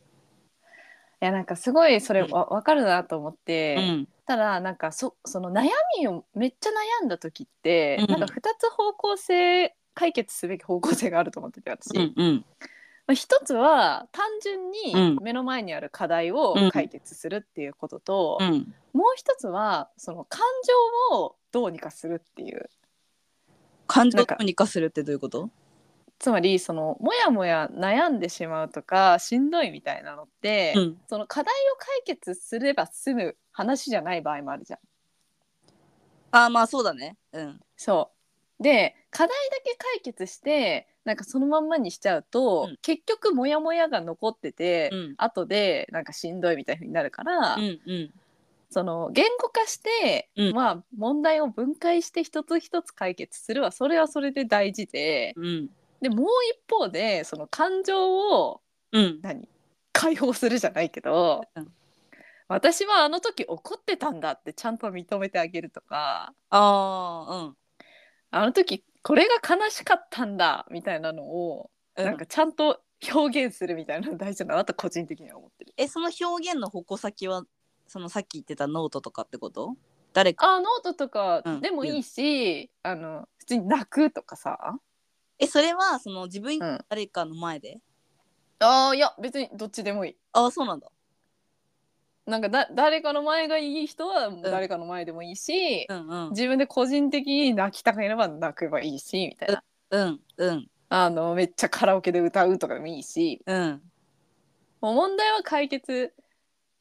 [SPEAKER 1] いやなんかすごいそれ
[SPEAKER 2] うん
[SPEAKER 1] わわかるなと思っ
[SPEAKER 2] う
[SPEAKER 1] て、
[SPEAKER 2] ん、
[SPEAKER 1] ただなんかそその悩みをめっちゃ悩んだ時って、
[SPEAKER 2] うん
[SPEAKER 1] なんか2つ方向性解決すべき方向性があると思ってて私、
[SPEAKER 2] うん、うん、
[SPEAKER 1] まあ、1つは単純
[SPEAKER 2] うん
[SPEAKER 1] に目の前にある課題を解決するっていうことと、
[SPEAKER 2] うん、
[SPEAKER 1] もう1つはその感情をどうにかするっていう
[SPEAKER 2] 感情
[SPEAKER 1] な
[SPEAKER 2] を
[SPEAKER 1] んか
[SPEAKER 2] に化するってどういうこと？
[SPEAKER 1] つまりそのもやもや悩んでしまうとかしんどいみたいなのって、
[SPEAKER 2] うん、
[SPEAKER 1] その課題を解決すれば済む話じゃない場合もあるじゃん。
[SPEAKER 2] あーまあそうだね。うん、
[SPEAKER 1] そうで課題だけ解決してなんかそのまんまにしちゃうと、
[SPEAKER 2] うん
[SPEAKER 1] 結局モヤモヤが残ってて、
[SPEAKER 2] うん
[SPEAKER 1] 後でなんかしんどいみたいになるから、
[SPEAKER 2] うん、うん、
[SPEAKER 1] その言語化して、
[SPEAKER 2] うん
[SPEAKER 1] まあ問題を分解して一つ一つ解決するはそれはそれで大事で
[SPEAKER 2] うん、
[SPEAKER 1] でもう一方でその感情を
[SPEAKER 2] うん、
[SPEAKER 1] 何解放するじゃないけど、
[SPEAKER 2] うん
[SPEAKER 1] 私はあの時怒ってたんだってちゃんと認めてあげるとか
[SPEAKER 2] あ
[SPEAKER 1] あの時これが悲しかったんだみたいなのを、
[SPEAKER 2] あ、うん、
[SPEAKER 1] なんかちゃんと表現するみたいなの大事だなと個人的には思ってる。
[SPEAKER 2] えその表現の矛先はそのさっき言ってたノートとかってこと？誰か
[SPEAKER 1] あノートとか
[SPEAKER 2] うん
[SPEAKER 1] でもいいし、あの普通に泣くとかさ
[SPEAKER 2] えそれはその自分以外
[SPEAKER 1] うん
[SPEAKER 2] 誰かの前で？
[SPEAKER 1] あーいや別にどっちでもいい。
[SPEAKER 2] ああそうなんだ。
[SPEAKER 1] なんかだ誰かの前がいい人は誰かの前でもいいし、
[SPEAKER 2] うん、うん、
[SPEAKER 1] 自分で個人的に泣きたければ泣けばいいしみたいな。
[SPEAKER 2] うん、うん、
[SPEAKER 1] あのめっちゃカラオケで歌うとかでもいいし
[SPEAKER 2] うん、
[SPEAKER 1] もう問題は解決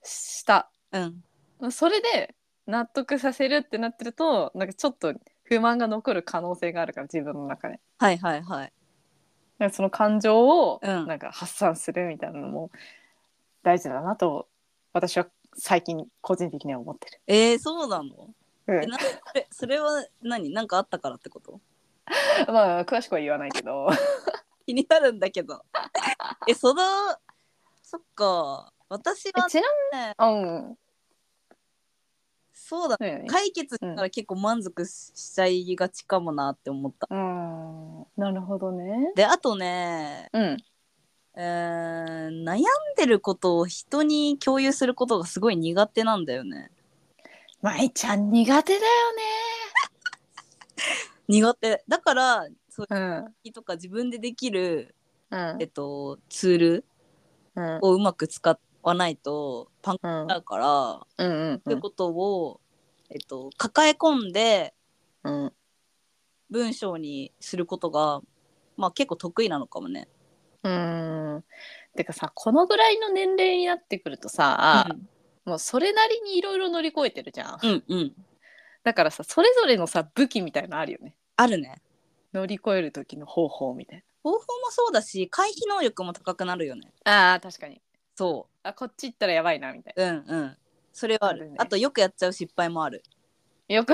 [SPEAKER 1] した
[SPEAKER 2] うん、
[SPEAKER 1] それで納得させるってなってるとなんかちょっと不満が残る可能性があるから自分の中で
[SPEAKER 2] はいはいはい。
[SPEAKER 1] なんかその感情を
[SPEAKER 2] うん
[SPEAKER 1] なんか発散するみたいなのも大事だなと私は最近個人的には思って
[SPEAKER 2] えー、そうなの？
[SPEAKER 1] る、
[SPEAKER 2] えなそれそれは何なんかあったからってこと
[SPEAKER 1] うん、まあ詳しくは言わないけど
[SPEAKER 2] 気になるんだけどえそのそっか私
[SPEAKER 1] え
[SPEAKER 2] は
[SPEAKER 1] ち
[SPEAKER 2] ね
[SPEAKER 1] なみにうん
[SPEAKER 2] そうだ
[SPEAKER 1] そうよね
[SPEAKER 2] 解決したら結構満足ししちゃいがちかもなって思った
[SPEAKER 1] うんなるほどね
[SPEAKER 2] であとね、
[SPEAKER 1] うん
[SPEAKER 2] えー悩んでることを人に共有することがすごい苦手なんだよね
[SPEAKER 1] 舞ちゃん苦手だよね
[SPEAKER 2] 苦手だからそう
[SPEAKER 1] うん
[SPEAKER 2] いうとか自分でできる、
[SPEAKER 1] うん
[SPEAKER 2] えっと、ツール
[SPEAKER 1] うん
[SPEAKER 2] をうまく使わないとパンクし
[SPEAKER 1] うん
[SPEAKER 2] ちゃうから、
[SPEAKER 1] うん
[SPEAKER 2] そういうことを、えっと、抱え込んで
[SPEAKER 1] うん
[SPEAKER 2] 文章にすることが、まあ、結構得意なのかもね。
[SPEAKER 1] うんてかさこのぐらいの年齢になってくるとさ、もうそれなりにいろいろ乗り越えてるじゃん
[SPEAKER 2] うん、うん、うん。
[SPEAKER 1] だからさそれぞれのさ武器みたいのあるよね
[SPEAKER 2] あるね。
[SPEAKER 1] 乗り越える時の方法みたい
[SPEAKER 2] 方法もそうだし回避能力も高くなるよね
[SPEAKER 1] あー確かに
[SPEAKER 2] そ
[SPEAKER 1] あこっち行ったらやばいなみたいう
[SPEAKER 2] うんうんそれはある
[SPEAKER 1] あるね
[SPEAKER 2] あとよくやっちゃう失敗もある
[SPEAKER 1] なよく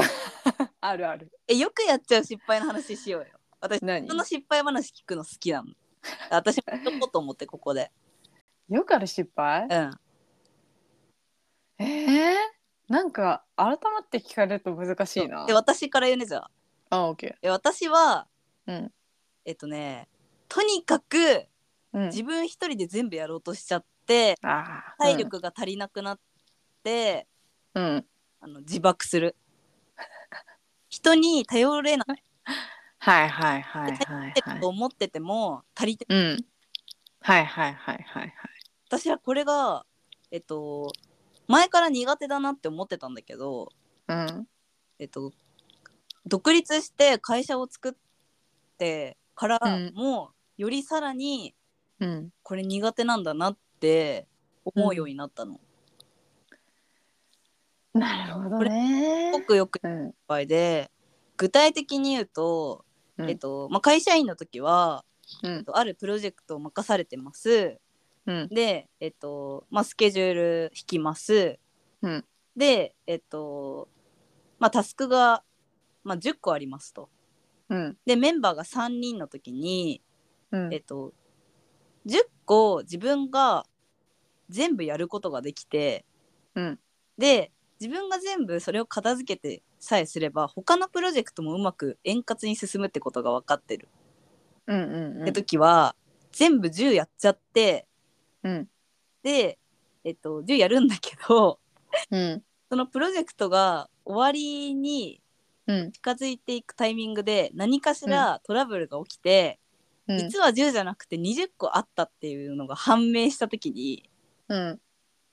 [SPEAKER 1] あるある
[SPEAKER 2] えよくやっちゃう失敗の話しようよ私
[SPEAKER 1] 何
[SPEAKER 2] 人の失敗話聞くの好きなの 私も聞こうと思ってここで
[SPEAKER 1] よくある失敗
[SPEAKER 2] うん
[SPEAKER 1] えー、なんか改まって聞かれると難しいな
[SPEAKER 2] で私から言うねじゃあ
[SPEAKER 1] あオッケ
[SPEAKER 2] え私は
[SPEAKER 1] ーうん
[SPEAKER 2] えっとねとにかく
[SPEAKER 1] うん
[SPEAKER 2] 自分一人で全部やろうとしちゃって
[SPEAKER 1] あー
[SPEAKER 2] 体力が足りなくなって、
[SPEAKER 1] うん、うん
[SPEAKER 2] あの自爆す る人に頼れな
[SPEAKER 1] はいはいはいはい
[SPEAKER 2] い
[SPEAKER 1] はい
[SPEAKER 2] と思ってても足りて
[SPEAKER 1] うんはいはいはいはいはい
[SPEAKER 2] 私はこれがえっと前から苦手だなって思ってたんだけど
[SPEAKER 1] うん
[SPEAKER 2] えっと独立して会社を作ってから
[SPEAKER 1] うん
[SPEAKER 2] も、よりさらに
[SPEAKER 1] うん
[SPEAKER 2] これ苦手なんだなって思うようになったの。
[SPEAKER 1] なるほどね
[SPEAKER 2] すごくよくいっ
[SPEAKER 1] うん
[SPEAKER 2] ぱいで具体的に言うと、
[SPEAKER 1] うん
[SPEAKER 2] えっとまあ、会社員の時は、
[SPEAKER 1] うん
[SPEAKER 2] えっと、あるプロジェクトを任されてます。
[SPEAKER 1] うん
[SPEAKER 2] で、えっとまあ、スケジュール引きます。
[SPEAKER 1] うん
[SPEAKER 2] で、えっとまあ、タスクが、まあ、10個ありますと。
[SPEAKER 1] うん
[SPEAKER 2] でメンバーが3人の時に、
[SPEAKER 1] うん
[SPEAKER 2] えっと、10個自分が全部やることができて、
[SPEAKER 1] うん
[SPEAKER 2] で自分が全部それを片付けてさえすれば他のプロジェクトもうまく円滑に進むってことが分かってる、
[SPEAKER 1] うんうんうん
[SPEAKER 2] って時は全部10やっちゃって
[SPEAKER 1] うん
[SPEAKER 2] で、えっと、10やるんだけど
[SPEAKER 1] うん
[SPEAKER 2] そのプロジェクトが終わりに
[SPEAKER 1] うん
[SPEAKER 2] 近づいていくタイミングで何かしらトラブルが起きて、
[SPEAKER 1] うん
[SPEAKER 2] 実は10じゃなくて20個あったっていうのが判明した時に
[SPEAKER 1] うん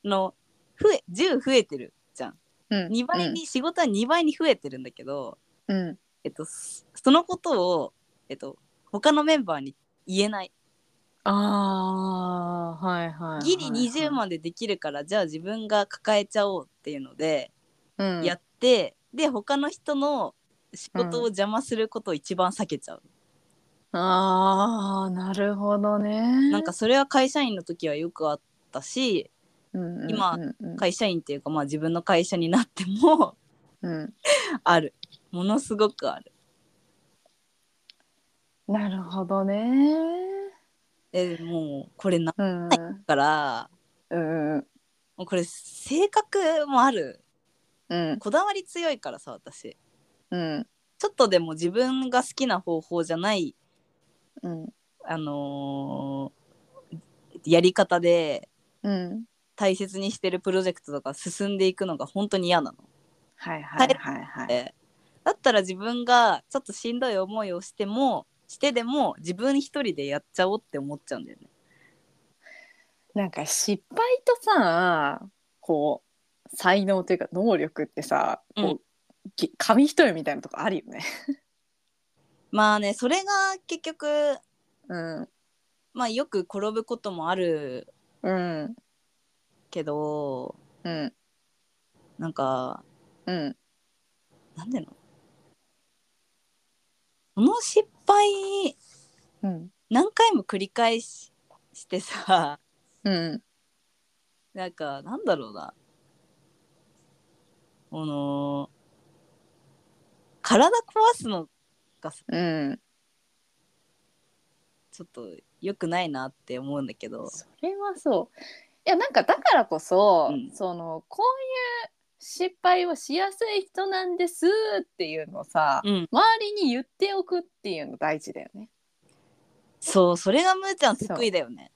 [SPEAKER 2] の増え10増えてるじゃん
[SPEAKER 1] うん
[SPEAKER 2] 2倍に、仕事は2倍に増えてるんだけど、
[SPEAKER 1] うん
[SPEAKER 2] えっと、そそのことを、えっと、他のメンバーに言えない
[SPEAKER 1] ああはいはい
[SPEAKER 2] ギリ20
[SPEAKER 1] 万
[SPEAKER 2] までできるからじゃあ自分が抱えちゃおうっていうので
[SPEAKER 1] うん
[SPEAKER 2] やって、で他の人の仕事を邪魔することを一番避けちゃう、
[SPEAKER 1] ああなるほどね
[SPEAKER 2] なんかそれは会社員の時はよくあったし
[SPEAKER 1] うんうん
[SPEAKER 2] 今
[SPEAKER 1] うんうん
[SPEAKER 2] 会社員っていうかまあ自分の会社になっても
[SPEAKER 1] うん
[SPEAKER 2] あるものすごくある。
[SPEAKER 1] なるほどね
[SPEAKER 2] えもうこれな
[SPEAKER 1] うん
[SPEAKER 2] から
[SPEAKER 1] うんうん
[SPEAKER 2] もうこれ性格もある
[SPEAKER 1] うん
[SPEAKER 2] こだわり強いからさ私
[SPEAKER 1] うん
[SPEAKER 2] ちょっとでも自分が好きな方法じゃない
[SPEAKER 1] うん
[SPEAKER 2] あのーやり方で
[SPEAKER 1] うん
[SPEAKER 2] 大切にしてるプロジェクトとか進んでいくのが本当に嫌なの。
[SPEAKER 1] はいはいはいはい
[SPEAKER 2] でだったら自分がちょっとしんどい思いをしてもしてでも自分一人でやっちゃおうって思っちゃうんだよね。
[SPEAKER 1] なんか失敗とさこう才能というか能力ってさ
[SPEAKER 2] う
[SPEAKER 1] こうぎ紙一重みたいなとこあるよね
[SPEAKER 2] まあねそれが結局、
[SPEAKER 1] うん
[SPEAKER 2] まあ、よく転ぶこともある
[SPEAKER 1] うん
[SPEAKER 2] けど
[SPEAKER 1] うん
[SPEAKER 2] なんか
[SPEAKER 1] うん
[SPEAKER 2] なんでのこの失敗
[SPEAKER 1] うん
[SPEAKER 2] 何回も繰り返ししてさ
[SPEAKER 1] うん
[SPEAKER 2] なんかなんだろうなこの体壊すのがさ
[SPEAKER 1] うん
[SPEAKER 2] ちょっと良くないなって思うんだけど
[SPEAKER 1] それはそういやなんかだからこそ、
[SPEAKER 2] うん
[SPEAKER 1] そのこういう失敗をしやすい人なんですっていうのをさ、
[SPEAKER 2] うん
[SPEAKER 1] 周りに言っておくっていうの大事だよね。
[SPEAKER 2] そうそれがむーちゃん得意だよ ね。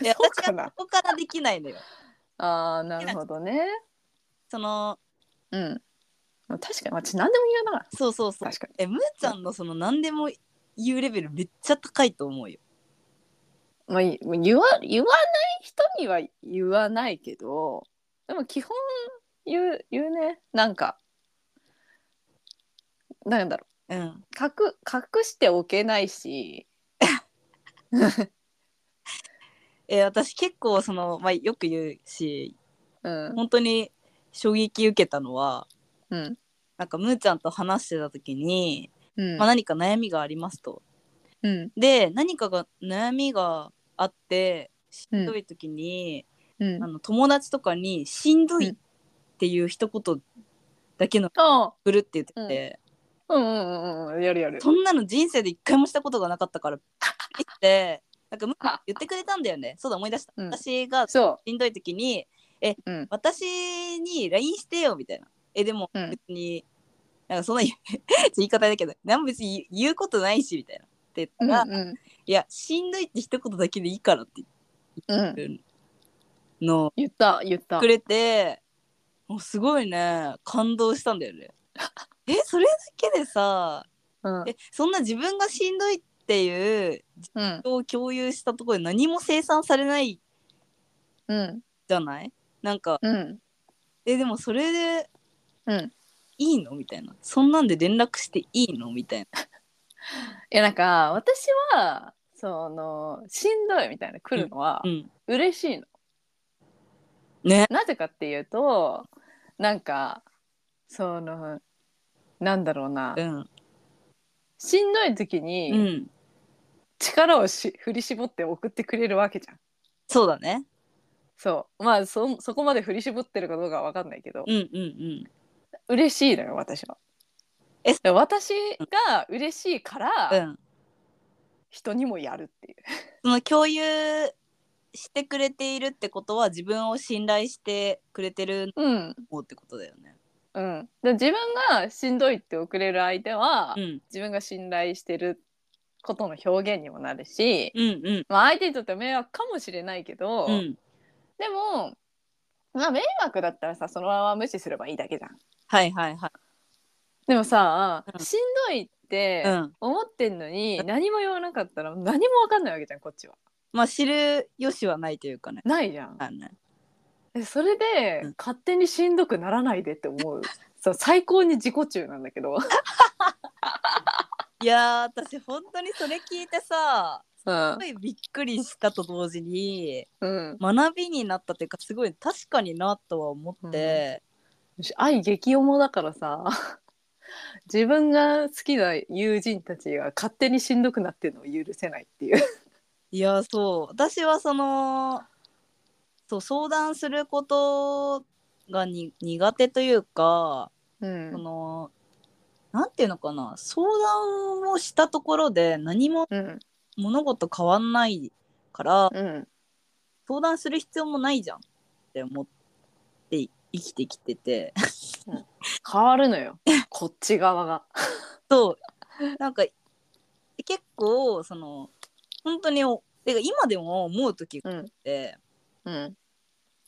[SPEAKER 2] で
[SPEAKER 1] そう
[SPEAKER 2] 私
[SPEAKER 1] かな
[SPEAKER 2] がそこからできないのよ。
[SPEAKER 1] あーなるほどね。
[SPEAKER 2] その
[SPEAKER 1] うん。確かに私何でも言うな。
[SPEAKER 2] そうそうそう
[SPEAKER 1] 確かに。
[SPEAKER 2] えむーちゃんのその何でも言うレベルめっちゃ高いと思うよ。
[SPEAKER 1] まあい言わ言わない人には言わないけどでも基本言う言うねなんかなんだろう
[SPEAKER 2] うん
[SPEAKER 1] 隠隠しておけないし
[SPEAKER 2] えー私結構その、まあ、よく言うし
[SPEAKER 1] うん
[SPEAKER 2] 本当に衝撃受けたのは
[SPEAKER 1] うん
[SPEAKER 2] なんかむーちゃんと話してた時に、
[SPEAKER 1] うん
[SPEAKER 2] まあ、何か悩みがありますと、
[SPEAKER 1] うん
[SPEAKER 2] で何かが悩みがあってしんどい時に、
[SPEAKER 1] うん
[SPEAKER 2] あの友達とかに「しんどい」
[SPEAKER 1] うん
[SPEAKER 2] っていう一言だけの
[SPEAKER 1] あ
[SPEAKER 2] 送るって言ってて、
[SPEAKER 1] うんうんうんうんやるやる
[SPEAKER 2] そんなの人生で一回もしたことがなかったから言ってなんかむ言ってくれたんだよねそうだ思い出した、
[SPEAKER 1] うん
[SPEAKER 2] 私がし
[SPEAKER 1] そ
[SPEAKER 2] んどい時に
[SPEAKER 1] ううん
[SPEAKER 2] 私に LINE してよみたいなえでも
[SPEAKER 1] うん
[SPEAKER 2] 別に、なんかそんな 言い方だけど何も別に言うことないしみたいなって
[SPEAKER 1] う
[SPEAKER 2] 言っ
[SPEAKER 1] ん
[SPEAKER 2] たら、
[SPEAKER 1] うん
[SPEAKER 2] いやしんどいって一言だけでいいからって
[SPEAKER 1] うん
[SPEAKER 2] 言ってるのを
[SPEAKER 1] 言った言った
[SPEAKER 2] くれてもうすごいね感動したんだよね。 えそれだけでさ
[SPEAKER 1] うん
[SPEAKER 2] えそんな自分がしんどいっていう
[SPEAKER 1] うん
[SPEAKER 2] 人を共有したところで何も生産されない
[SPEAKER 1] うん
[SPEAKER 2] じゃないなんか
[SPEAKER 1] うん
[SPEAKER 2] えでもそれで
[SPEAKER 1] うん
[SPEAKER 2] いいのみたいなそんなんで連絡していいのみたいな。
[SPEAKER 1] いやなんか私はそのしんどいみたいな来るのは
[SPEAKER 2] うん、
[SPEAKER 1] 嬉しいの
[SPEAKER 2] ね
[SPEAKER 1] なぜかっていうとなんかそのなんだろうな
[SPEAKER 2] うん
[SPEAKER 1] しんどい時
[SPEAKER 2] う
[SPEAKER 1] に
[SPEAKER 2] ん
[SPEAKER 1] 力をし振り絞って送ってくれるわけじゃん。
[SPEAKER 2] そうだね
[SPEAKER 1] そうまあそそこまで振り絞ってるかどうかは分かんないけど
[SPEAKER 2] うんうんうん
[SPEAKER 1] 嬉しいのよ私は。
[SPEAKER 2] え
[SPEAKER 1] で私が嬉しいから、
[SPEAKER 2] うん
[SPEAKER 1] 人にもやるっていう。
[SPEAKER 2] その共有してくれているってことは自分を信頼してくれてる
[SPEAKER 1] うん
[SPEAKER 2] のってことだよね。
[SPEAKER 1] うん、で自分がしんどいって送れる相手は、
[SPEAKER 2] うん
[SPEAKER 1] 自分が信頼してることの表現にもなるし、
[SPEAKER 2] うんうん
[SPEAKER 1] まあ、相手にとっては迷惑かもしれないけど、
[SPEAKER 2] うん
[SPEAKER 1] でも、まあ、迷惑だったらさそのまま無視すればいいだけじゃん。
[SPEAKER 2] はいはいはい。
[SPEAKER 1] でもさ、
[SPEAKER 2] うん
[SPEAKER 1] しんどいって
[SPEAKER 2] うん
[SPEAKER 1] 思ってんのに、何も言わなかったら何も分かんないわけじゃんこっちは。
[SPEAKER 2] まあ知るよしはないというかね。
[SPEAKER 1] ないじゃん。
[SPEAKER 2] あのね
[SPEAKER 1] でそれで、
[SPEAKER 2] うん
[SPEAKER 1] 勝手にしんどくならないでって思う。そう最高に自己中なんだけ ど。
[SPEAKER 2] いやー私本当にそれ聞いてさ
[SPEAKER 1] うん
[SPEAKER 2] すごいびっくりしたと同時に
[SPEAKER 1] うん、
[SPEAKER 2] 学びになったというかすごい確かになとは思って、
[SPEAKER 1] 愛激重だからさ 自分が好きな友人たちが勝手にしんどくなってるのを許せないっていう。
[SPEAKER 2] いやそう私はそのそう相談することがに苦手というか、
[SPEAKER 1] うん
[SPEAKER 2] そのなんていうのかな相談をしたところで何も
[SPEAKER 1] うん
[SPEAKER 2] 物事変わんないから
[SPEAKER 1] うん
[SPEAKER 2] 相談する必要もないじゃんって思って生きてきてて
[SPEAKER 1] 変わるのよこっち側が。
[SPEAKER 2] そうなんか結構その本当におてか今でも思う時があって、
[SPEAKER 1] うん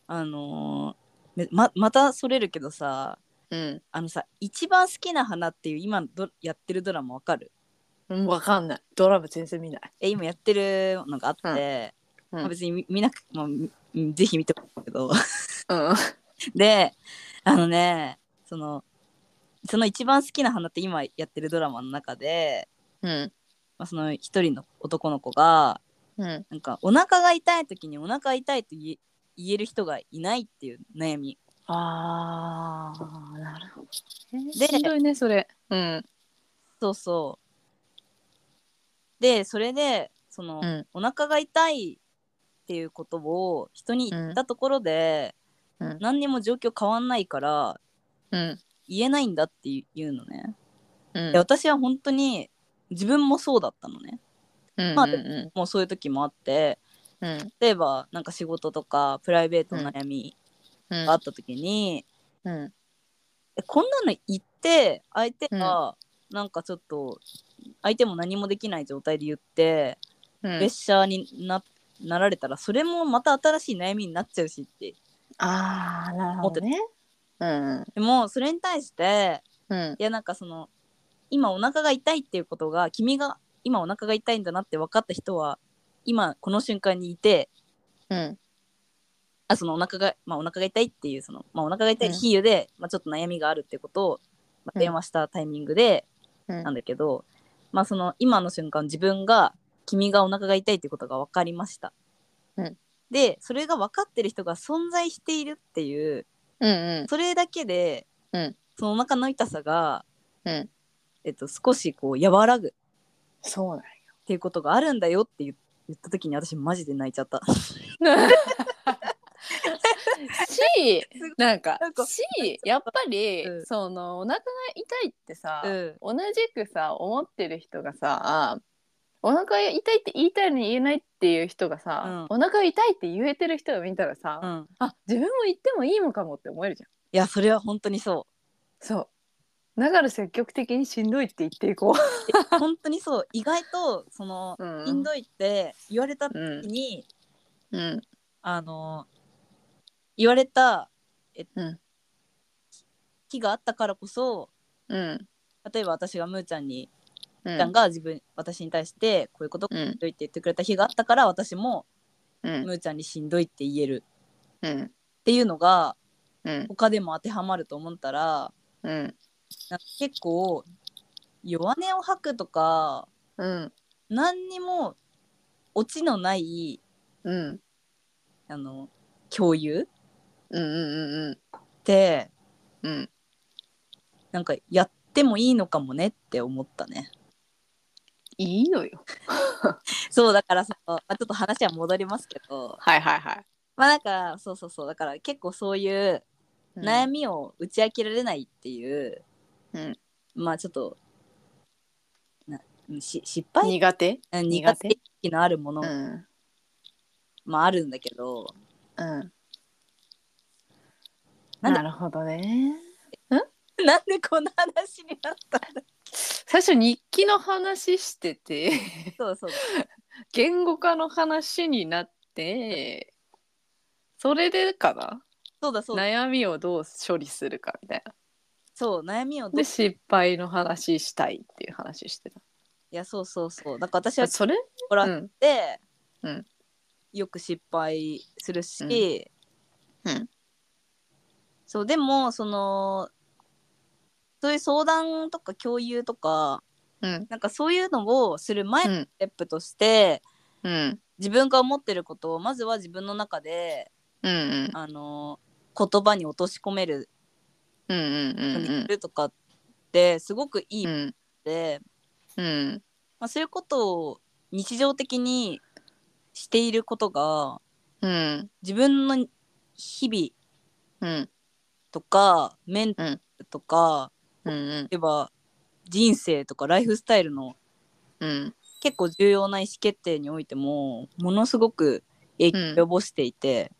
[SPEAKER 2] あのーめままたそれるけどさ
[SPEAKER 1] うん
[SPEAKER 2] あのさ「一番好きな花」っていう今どやってるドラマわかる
[SPEAKER 1] うん、わかんないドラマ全然見ない。
[SPEAKER 2] え今やってるのがあって、
[SPEAKER 1] うんうん
[SPEAKER 2] まあ別に見見なくても、みぜひ見てほしいけど
[SPEAKER 1] うん
[SPEAKER 2] であのねそのその一番好きな花って今やってるドラマの中で、
[SPEAKER 1] うん
[SPEAKER 2] まあ、その一人の男の子が
[SPEAKER 1] うん
[SPEAKER 2] なんかお腹が痛い時にお腹痛いと言え言える人がいないっていう悩み
[SPEAKER 1] あーなるほど、ね。
[SPEAKER 2] で
[SPEAKER 1] しんどいねそれ。うん
[SPEAKER 2] そうそうでそれでその、
[SPEAKER 1] うん
[SPEAKER 2] お腹が痛いっていうことを人に言ったところ
[SPEAKER 1] うん
[SPEAKER 2] で、
[SPEAKER 1] うん
[SPEAKER 2] 何にも状況変わんないから
[SPEAKER 1] うん
[SPEAKER 2] 言えないんだっていうのね、
[SPEAKER 1] うん
[SPEAKER 2] で私は本当に自分もそうだったのね
[SPEAKER 1] うん
[SPEAKER 2] まあ
[SPEAKER 1] うん
[SPEAKER 2] もうそういう時もあって
[SPEAKER 1] うん
[SPEAKER 2] 例えばなんか仕事とかプライベートの悩み
[SPEAKER 1] うん
[SPEAKER 2] があった時に、
[SPEAKER 1] うん
[SPEAKER 2] えこんなの言って相手がなんかちょっと相手も何もできない状態で言って
[SPEAKER 1] うん
[SPEAKER 2] プレッシャーにななられたらそれもまた新しい悩みになっちゃうしって
[SPEAKER 1] ああなるほどね。うん
[SPEAKER 2] でもそれに対して
[SPEAKER 1] うん
[SPEAKER 2] いやなんかその今お腹が痛いっていうことが君が今お腹が痛いんだなって分かった人は今この瞬間にいて
[SPEAKER 1] うん
[SPEAKER 2] あそのお腹がまあお腹が痛いっていうその、まあ、お腹が痛い
[SPEAKER 1] うん
[SPEAKER 2] 比喩で、まあ、ちょっと悩みがあるってことを、まあ、電話したタイミングで
[SPEAKER 1] うん
[SPEAKER 2] なんだけど、まあその今の瞬間自分が君がお腹が痛いってことが分かりました。
[SPEAKER 1] うん
[SPEAKER 2] でそれが分かってる人が存在しているっていう
[SPEAKER 1] うんうん
[SPEAKER 2] それだけで、
[SPEAKER 1] うん
[SPEAKER 2] そのお腹の痛さが、
[SPEAKER 1] うん
[SPEAKER 2] えっと、少しこう和らぐ
[SPEAKER 1] そうなんよ
[SPEAKER 2] っていうことがあるんだよって言言った時に私マジで泣いちゃった。
[SPEAKER 1] し
[SPEAKER 2] ごい
[SPEAKER 1] なんか
[SPEAKER 2] なんか
[SPEAKER 1] しやっぱり、
[SPEAKER 2] うん
[SPEAKER 1] そのお腹が痛いってさ、
[SPEAKER 2] うん
[SPEAKER 1] 同じくさ思ってる人がさお腹が痛いって言いたいのに言えないっていう人がさ、お腹が痛いって言えてる人を見たらさ、
[SPEAKER 2] うん、
[SPEAKER 1] あ自分も言ってもいいのかもって思えるじゃん。
[SPEAKER 2] いやそれは本当にそう。
[SPEAKER 1] そうだから積極的にしんどいって言っていこう。
[SPEAKER 2] え本当にそう意外とその、
[SPEAKER 1] うん
[SPEAKER 2] しんどいって言われた時
[SPEAKER 1] うん
[SPEAKER 2] に、
[SPEAKER 1] うん
[SPEAKER 2] あの言われたえ、
[SPEAKER 1] うん
[SPEAKER 2] 日があったからこそ
[SPEAKER 1] うん
[SPEAKER 2] 例えば私がむーちゃんに、
[SPEAKER 1] う
[SPEAKER 2] むーちゃん
[SPEAKER 1] ん
[SPEAKER 2] が自分私に対してこういうこと
[SPEAKER 1] うん
[SPEAKER 2] しんどいって言ってくれた日があったから私も、
[SPEAKER 1] うん
[SPEAKER 2] むーちゃんにしんどいって言える
[SPEAKER 1] うん
[SPEAKER 2] っていうのが
[SPEAKER 1] うん
[SPEAKER 2] 他でも当てはまると思ったら
[SPEAKER 1] うん
[SPEAKER 2] なんか結構弱音を吐くとか
[SPEAKER 1] うん
[SPEAKER 2] 何にもオチのない
[SPEAKER 1] うん
[SPEAKER 2] あの共有
[SPEAKER 1] うんうん
[SPEAKER 2] って
[SPEAKER 1] うんうん
[SPEAKER 2] なんかやってもいいのかもねって思ったね。
[SPEAKER 1] いいのよ。
[SPEAKER 2] そうだからそのあちょっと話は戻りますけど
[SPEAKER 1] はいはいはい。
[SPEAKER 2] まあなんかそうそうそうだから結構そういう悩
[SPEAKER 1] み、
[SPEAKER 2] みを打ち明けられないっていう、
[SPEAKER 1] うん
[SPEAKER 2] まあちょっとなし失敗
[SPEAKER 1] 苦手、苦
[SPEAKER 2] うん苦
[SPEAKER 1] 手
[SPEAKER 2] 手意識のあるもの
[SPEAKER 1] う
[SPEAKER 2] も、
[SPEAKER 1] ん
[SPEAKER 2] まあ、あるんだけど
[SPEAKER 1] うん、
[SPEAKER 2] なん
[SPEAKER 1] なる
[SPEAKER 2] だ
[SPEAKER 1] ほどね。
[SPEAKER 2] なんでこんな話になったんだ
[SPEAKER 1] 最初日記の話してて
[SPEAKER 2] そうそう
[SPEAKER 1] 言語化の話になってそれでかな
[SPEAKER 2] そうだそうだ
[SPEAKER 1] 悩みをどう処理するかみたいな
[SPEAKER 2] そう悩みをどう
[SPEAKER 1] で失敗の話したいっていう話して
[SPEAKER 2] いやそうそうそうだから私は
[SPEAKER 1] たそれ、
[SPEAKER 2] もら
[SPEAKER 1] う
[SPEAKER 2] っ
[SPEAKER 1] ん
[SPEAKER 2] て、
[SPEAKER 1] うん
[SPEAKER 2] よく失敗するし、
[SPEAKER 1] うんうん
[SPEAKER 2] そうでもそのそういう相談とか共有とか
[SPEAKER 1] うん
[SPEAKER 2] なんかそういうのをする前
[SPEAKER 1] う
[SPEAKER 2] のス
[SPEAKER 1] ん
[SPEAKER 2] テップとして、
[SPEAKER 1] うん
[SPEAKER 2] 自分が思ってることをまずは自分の中で
[SPEAKER 1] うんうん
[SPEAKER 2] あの言葉に落とし込める
[SPEAKER 1] うんうんう
[SPEAKER 2] ようんにするとかってすごくいい
[SPEAKER 1] うんう
[SPEAKER 2] の
[SPEAKER 1] ん
[SPEAKER 2] で、
[SPEAKER 1] うん
[SPEAKER 2] まあ、そういうことを日常的にしていることが
[SPEAKER 1] うん
[SPEAKER 2] 自分の日々
[SPEAKER 1] うん
[SPEAKER 2] とかメンタルと
[SPEAKER 1] う
[SPEAKER 2] か、
[SPEAKER 1] ん
[SPEAKER 2] 例えば人生とかライフスタイルの
[SPEAKER 1] うん
[SPEAKER 2] 結構重要な意思決定においてもものすごく影響を及ぼしていて、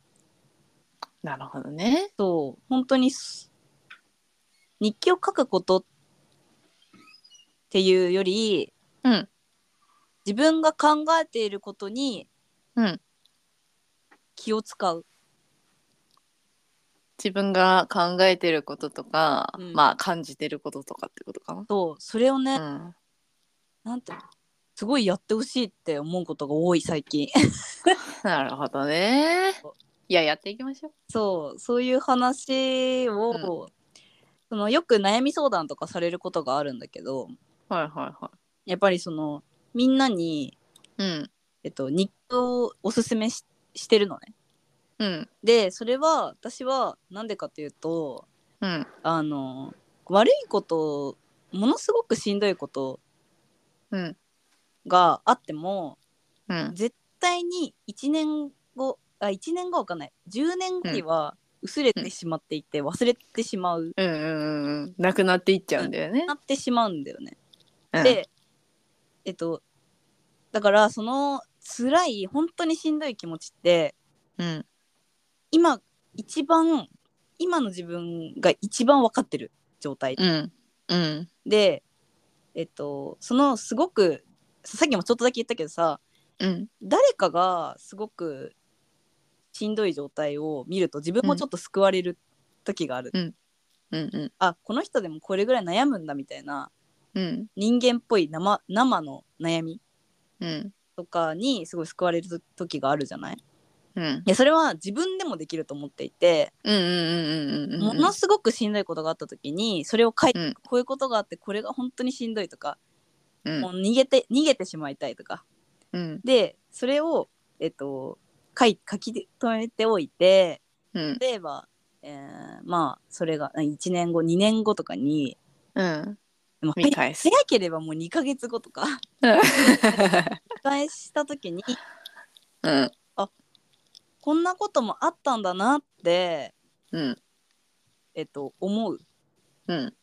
[SPEAKER 1] なるほどね。
[SPEAKER 2] そう本当にす日記を書くことっていうより
[SPEAKER 1] うん
[SPEAKER 2] 自分が考えていることに
[SPEAKER 1] うん
[SPEAKER 2] 気を使う。
[SPEAKER 1] 自分が考えてることとか、
[SPEAKER 2] うん
[SPEAKER 1] まあ感じてることとかってことかな。
[SPEAKER 2] そうそれをね、
[SPEAKER 1] うん
[SPEAKER 2] なんてすごいやってほしいって思うことが多い最近
[SPEAKER 1] なるほどね
[SPEAKER 2] そう。
[SPEAKER 1] いややっていきましょう。
[SPEAKER 2] そうそういう話を、
[SPEAKER 1] うん
[SPEAKER 2] そのよく悩み相談とかされることがあるんだけど
[SPEAKER 1] はいはいは
[SPEAKER 2] やっぱりそのみんなに、
[SPEAKER 1] い。うん
[SPEAKER 2] えっと、日記をおすすめししてるのね
[SPEAKER 1] うん
[SPEAKER 2] でそれは私はなんでかというと
[SPEAKER 1] うん
[SPEAKER 2] あの悪いことものすごくしんどいこと
[SPEAKER 1] うん
[SPEAKER 2] があっても
[SPEAKER 1] うん
[SPEAKER 2] 絶対に1年後あ1年後はわかんない10年後には薄れてしまっていて、忘れてしまう
[SPEAKER 1] うんうんうんうんなくなっていっちゃうんだよね
[SPEAKER 2] な。ってしまうんだよね。
[SPEAKER 1] うん、
[SPEAKER 2] でえっとだからその辛い本当にしんどい気持ちって
[SPEAKER 1] うん
[SPEAKER 2] 今一番今の自分が一番分かってる状態
[SPEAKER 1] うんうん
[SPEAKER 2] で、えっとそのすごくさっきもちょっとだけ言ったけどさ
[SPEAKER 1] うん
[SPEAKER 2] 誰かがすごくしんどい状態を見ると自分もちょっと救われる時がある、
[SPEAKER 1] うんうん
[SPEAKER 2] あこの人でもこれぐらい悩むんだみたいな
[SPEAKER 1] うん
[SPEAKER 2] 人間っぽい生生の悩み
[SPEAKER 1] うん
[SPEAKER 2] とかにすごい救われる時があるじゃないい
[SPEAKER 1] うん
[SPEAKER 2] やそれは自分でもできると思っていて、
[SPEAKER 1] うんうんうんうんうんうん
[SPEAKER 2] ものすごくしんどいことがあった時にそれを書いて、
[SPEAKER 1] うん
[SPEAKER 2] こういうことがあってこれが本当にしんどいとか、
[SPEAKER 1] うん
[SPEAKER 2] もう逃げて逃げてしまいたいとか
[SPEAKER 1] うん
[SPEAKER 2] でそれをえっと書い書き留めておいて
[SPEAKER 1] うん
[SPEAKER 2] 例えば、えーまあそれが1年後2年後とかに
[SPEAKER 1] うん
[SPEAKER 2] でも
[SPEAKER 1] 見返す
[SPEAKER 2] 早ければもう2ヶ月後とか 見返した時に
[SPEAKER 1] うん
[SPEAKER 2] こんなこともあったんだなって、
[SPEAKER 1] うん
[SPEAKER 2] えっと、思う
[SPEAKER 1] うん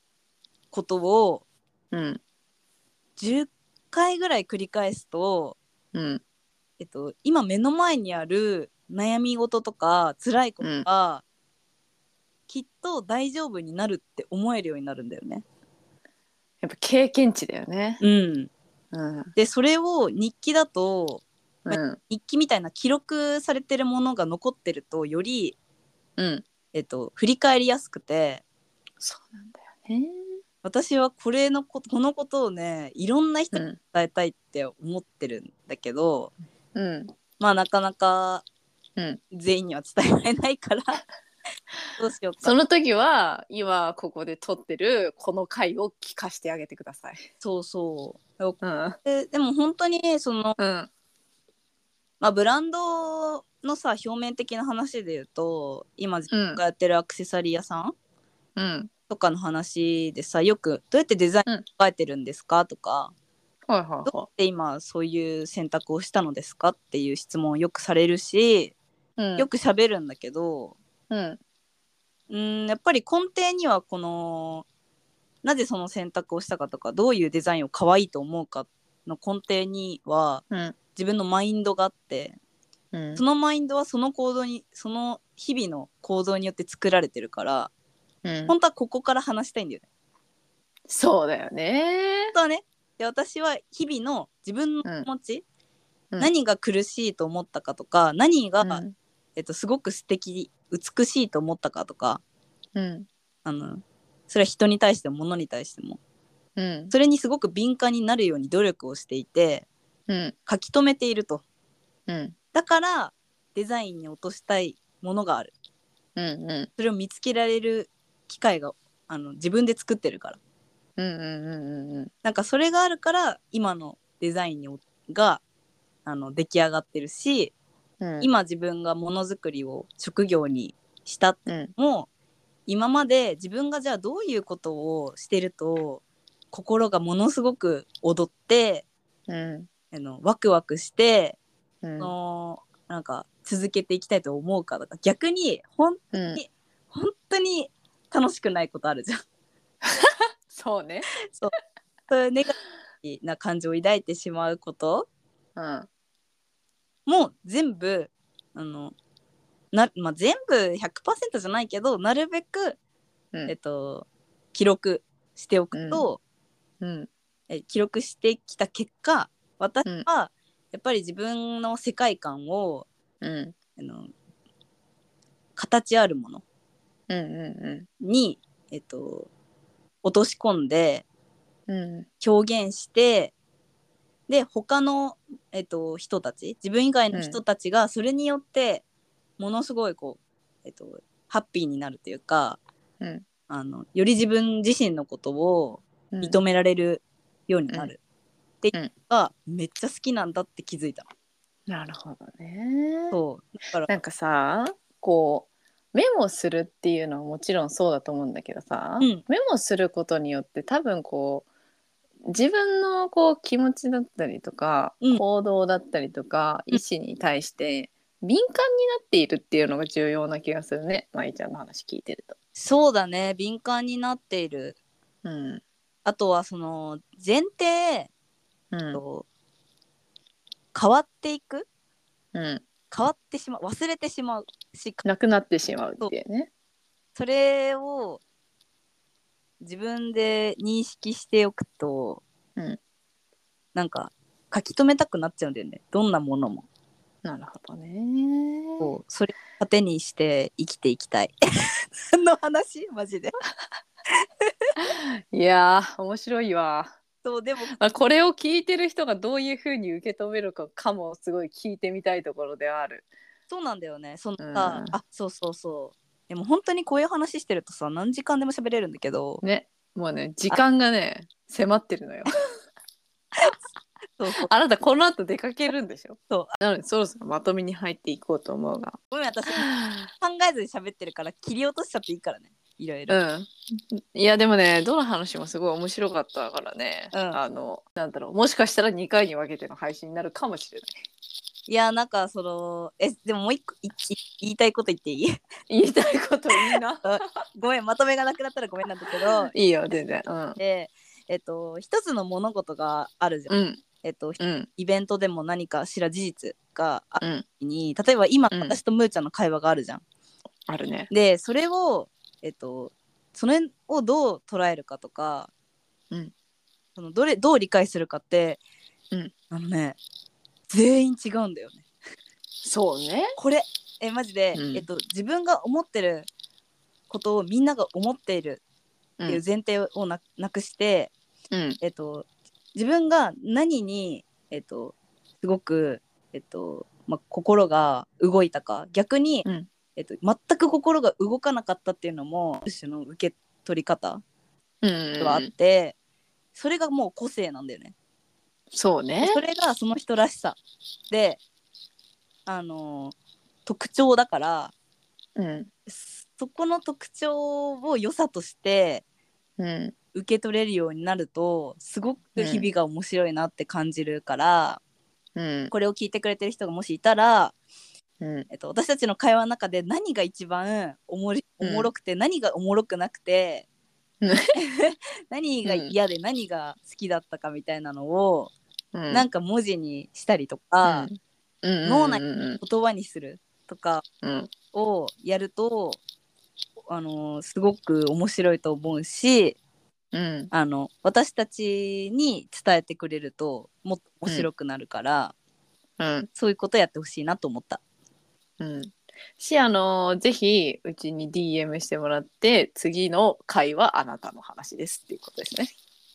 [SPEAKER 2] ことを
[SPEAKER 1] うん
[SPEAKER 2] 10回ぐらい繰り返すと、
[SPEAKER 1] うん
[SPEAKER 2] えっと、今目の前にある悩み事とか辛いことが、きっと大丈夫になるって思えるようになるんだよね。
[SPEAKER 1] やっぱ経験値だよね
[SPEAKER 2] うん、
[SPEAKER 1] うん
[SPEAKER 2] でそれを日記だと
[SPEAKER 1] うん
[SPEAKER 2] 日記みたいな記録されてるものが残ってるとより、
[SPEAKER 1] うん
[SPEAKER 2] えっと、振り返りやすくて
[SPEAKER 1] そうなんだよね
[SPEAKER 2] 私はこれのここのことをねいろんな人
[SPEAKER 1] う
[SPEAKER 2] に
[SPEAKER 1] ん
[SPEAKER 2] 伝えたいって思ってるんだけど、
[SPEAKER 1] うん
[SPEAKER 2] まあなかなか
[SPEAKER 1] うん
[SPEAKER 2] 全員には伝えられないからどうしようか
[SPEAKER 1] その時は今ここで撮ってるこの回を聞かせてあげてください
[SPEAKER 2] そうそう
[SPEAKER 1] うん
[SPEAKER 2] ででも本当にその、
[SPEAKER 1] うん
[SPEAKER 2] まあ、ブランドのさ表面的な話で言うと今自
[SPEAKER 1] うん
[SPEAKER 2] 分がやってるアクセサリー屋さん
[SPEAKER 1] うん
[SPEAKER 2] とかの話でさよく「どうやってデザイ
[SPEAKER 1] うん
[SPEAKER 2] ン考えてるんですか?」とか
[SPEAKER 1] はい
[SPEAKER 2] 「
[SPEAKER 1] は
[SPEAKER 2] どうやって今そういう選択をしたのですか?」っていう質問をよくされるし
[SPEAKER 1] いはい
[SPEAKER 2] よく喋るんだけど、
[SPEAKER 1] うん
[SPEAKER 2] うん、やっぱり根底にはこのなぜその選択をしたかとかどういうデザインを可愛いと思うかの根底には
[SPEAKER 1] うん
[SPEAKER 2] 自分のマインドがあって
[SPEAKER 1] うん
[SPEAKER 2] そのマインドはその行動にその日々の行動によって作られてるから
[SPEAKER 1] うん
[SPEAKER 2] 本当はここから話したいんだよね。
[SPEAKER 1] そうだよね
[SPEAKER 2] 本当はねで私は日々の自分の気持ち、
[SPEAKER 1] うんうん
[SPEAKER 2] 何が苦しいと思ったかとか何が、
[SPEAKER 1] うん
[SPEAKER 2] えっと、すごく素敵美しいと思ったかとか
[SPEAKER 1] うん
[SPEAKER 2] あのそれは人に対しても物に対しても
[SPEAKER 1] うん
[SPEAKER 2] それにすごく敏感になるように努力をしていて
[SPEAKER 1] うん
[SPEAKER 2] 書き留めていると
[SPEAKER 1] うん
[SPEAKER 2] だからデザインに落としたいものがある
[SPEAKER 1] うんうん
[SPEAKER 2] それを見つけられる機会があの自分で作ってるから
[SPEAKER 1] うんうんうんうんうん
[SPEAKER 2] なんかそれがあるから今のデザインにおがあの出来上がってるし、
[SPEAKER 1] うん
[SPEAKER 2] 今自分がものづくりを職業にしたって
[SPEAKER 1] うん
[SPEAKER 2] も今まで自分がじゃあどういうことをしてると心がものすごく踊って
[SPEAKER 1] うん
[SPEAKER 2] あのワクワクして、
[SPEAKER 1] うん
[SPEAKER 2] あのなんか続けていきたいと思うかとか逆にほん
[SPEAKER 1] うん
[SPEAKER 2] 本当に楽しくないことあるじゃん。
[SPEAKER 1] そうね
[SPEAKER 2] そういうネガティブな感情を抱いてしまうこと
[SPEAKER 1] うん
[SPEAKER 2] も全部あのな、まあ、全部100%じゃないけどなるべく、
[SPEAKER 1] うん
[SPEAKER 2] えっと、記録しておくと、
[SPEAKER 1] うん
[SPEAKER 2] え記録してきた結果私はやっぱり自分の世界観を
[SPEAKER 1] うん
[SPEAKER 2] あの形あるもの
[SPEAKER 1] うんう
[SPEAKER 2] に、えっと、落とし込んで
[SPEAKER 1] んうん
[SPEAKER 2] 表現してで他の、えっと、人たち自分以外の人たちがそれによってものすごいこう、えっと、ハッピーになるというか
[SPEAKER 1] うん
[SPEAKER 2] あのより自分自身のことを
[SPEAKER 1] うん
[SPEAKER 2] 認められるようになる、っていうのが、めっちゃ好きなんだって気づいた。
[SPEAKER 1] なるほどね
[SPEAKER 2] そうだ から
[SPEAKER 1] なんかさこうメモするっていうのはもちろんそうだと思うんだけどさ、
[SPEAKER 2] うん
[SPEAKER 1] メモすることによって多分こう自分のこう気持ちだったりとか、
[SPEAKER 2] うん
[SPEAKER 1] 行動だったりとか
[SPEAKER 2] うん
[SPEAKER 1] 意思に対して敏感になっているっていうのが重要な気がするねまいちゃんの話聞いてると。
[SPEAKER 2] そうだね敏感になっている
[SPEAKER 1] うん
[SPEAKER 2] あとはその前提
[SPEAKER 1] うん
[SPEAKER 2] と変わっていく
[SPEAKER 1] うん、
[SPEAKER 2] 変わってしまう忘れてしまうし
[SPEAKER 1] なくなってしまうっていうね。
[SPEAKER 2] それを自分で認識しておくと、
[SPEAKER 1] うん
[SPEAKER 2] なんか書き留めたくなっちゃうんだよねどんなものも、
[SPEAKER 1] なるほどね。
[SPEAKER 2] そうそれを糧にして生きていきたい 何の話マジで
[SPEAKER 1] いやー面白いわ。
[SPEAKER 2] そうでも
[SPEAKER 1] まあ、これを聞いてる人がどういうふうに受け止めるかかもすごい聞いてみたいところではある。
[SPEAKER 2] そうなんだよねその
[SPEAKER 1] うん
[SPEAKER 2] さ、あそうそうそうでも本当にこういう話してるとさ何時間でも喋れるんだけど
[SPEAKER 1] ねもうね時間がね迫ってるのよ。
[SPEAKER 2] そうそう
[SPEAKER 1] あなたこの後出かけるんでしょ
[SPEAKER 2] そう
[SPEAKER 1] なので そろそろまとめに入っていこうと思うが。
[SPEAKER 2] ごめん私考えずに喋ってるから切り落としちゃっていいからねいろいろ。
[SPEAKER 1] うん、いやでもねどの話もすごい面白かったからね、
[SPEAKER 2] うん
[SPEAKER 1] あのなんだろうもしかしたら2回に分けての配信になるかもしれない
[SPEAKER 2] いやなんかそのえでももう一個いい言いたいこと言っていい
[SPEAKER 1] 言いたいこといいな
[SPEAKER 2] ごめんまとめがなくなったらごめんなんだけど
[SPEAKER 1] いいよ全然うん
[SPEAKER 2] でえっと一つの物事があるじゃん、
[SPEAKER 1] うん
[SPEAKER 2] えっと
[SPEAKER 1] うん
[SPEAKER 2] イベントでも何かしら事実がある
[SPEAKER 1] うん
[SPEAKER 2] 時に例えば今
[SPEAKER 1] うん
[SPEAKER 2] 私とむーちゃんの会話があるじゃん。
[SPEAKER 1] あるね
[SPEAKER 2] でそれをえっとそれをどう捉えるかとか、
[SPEAKER 1] うん
[SPEAKER 2] そのどれどう理解するかって、
[SPEAKER 1] うん
[SPEAKER 2] あのね全員違うんだよね。
[SPEAKER 1] そうね
[SPEAKER 2] これえマジで、
[SPEAKER 1] うん
[SPEAKER 2] えっと、自分が思ってることをみんなが思っている
[SPEAKER 1] う
[SPEAKER 2] っていうん前提をな,、なくして、
[SPEAKER 1] うん
[SPEAKER 2] えっと、自分が何に、えっと、すごく、えっとまあ、心が動いたか逆に、
[SPEAKER 1] うん
[SPEAKER 2] えっと、全く心が動かなかったっていうのも一種の受け取り方
[SPEAKER 1] うん
[SPEAKER 2] ではあって、それがもう個性なんだよね。
[SPEAKER 1] そうね
[SPEAKER 2] それがその人らしさで、あの特徴だから
[SPEAKER 1] うん
[SPEAKER 2] そこの特徴を良さとして
[SPEAKER 1] うん
[SPEAKER 2] 受け取れるようになるとすごく日々が面白いなって感じるか
[SPEAKER 1] う
[SPEAKER 2] ら、
[SPEAKER 1] ん
[SPEAKER 2] これを聞いてくれてる人がもしいたら、
[SPEAKER 1] うん
[SPEAKER 2] えっと、私たちの会話の中で何が一番おもりお
[SPEAKER 1] うん
[SPEAKER 2] もろくて、何がおもろくなくて 何が嫌で何が好きだったかみたいなのを、
[SPEAKER 1] うん
[SPEAKER 2] なんか文字にしたりとか、
[SPEAKER 1] うんうん
[SPEAKER 2] 脳内
[SPEAKER 1] うん
[SPEAKER 2] 言葉にするとか
[SPEAKER 1] うん
[SPEAKER 2] をやると、あのすごく面白いと思うし。
[SPEAKER 1] うん
[SPEAKER 2] あの私たちに伝えてくれるともっと面白くなるから、
[SPEAKER 1] うん
[SPEAKER 2] そういうことやってほしいなと思った。
[SPEAKER 1] うんしあのぜひうちに DM してもらって次の回はあなたの話ですっていうことですね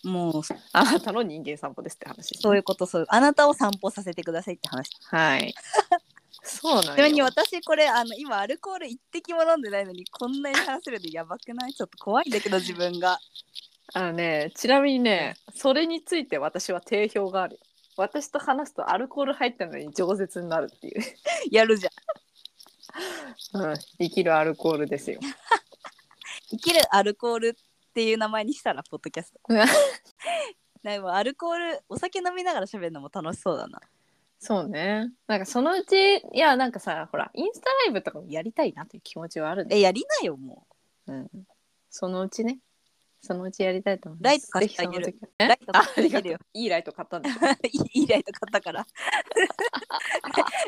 [SPEAKER 2] もうそ
[SPEAKER 1] あなたの人間散歩ですって話ですね、
[SPEAKER 2] そういうことそういうあなたを散歩させてくださいって話ち
[SPEAKER 1] はい。そうなん
[SPEAKER 2] なみに
[SPEAKER 1] よ。
[SPEAKER 2] 私これあの今アルコール一滴も飲んでないのにこんなに話せるでやばくないちょっと怖いんだけど自分が
[SPEAKER 1] あのね、ちなみにね、それについて私は定評があるよ。私と話すとアルコール入ったのに饒舌になるっていう。
[SPEAKER 2] やるじゃん
[SPEAKER 1] うん、生きるアルコールですよ。
[SPEAKER 2] 生きるアルコールっていう名前にしたらポッドキャ ストでもアルコールお酒飲みながら喋るのも楽しそうだな
[SPEAKER 1] そうね。なんかそのうち、いや、なんかさ、ほら、インスタライブとかもやりたいなという気持ちはあるね。
[SPEAKER 2] えやりなよも
[SPEAKER 1] うん。そのうちね。そのうちやりたいと思います。
[SPEAKER 2] ライト貸してあげる
[SPEAKER 1] ぜひその時。
[SPEAKER 2] うライト
[SPEAKER 1] あ
[SPEAKER 2] 買っ
[SPEAKER 1] あ
[SPEAKER 2] て
[SPEAKER 1] り
[SPEAKER 2] きて
[SPEAKER 1] が
[SPEAKER 2] る
[SPEAKER 1] と
[SPEAKER 2] よ
[SPEAKER 1] う。いいライト買ったんだ。
[SPEAKER 2] いいライト買ったから。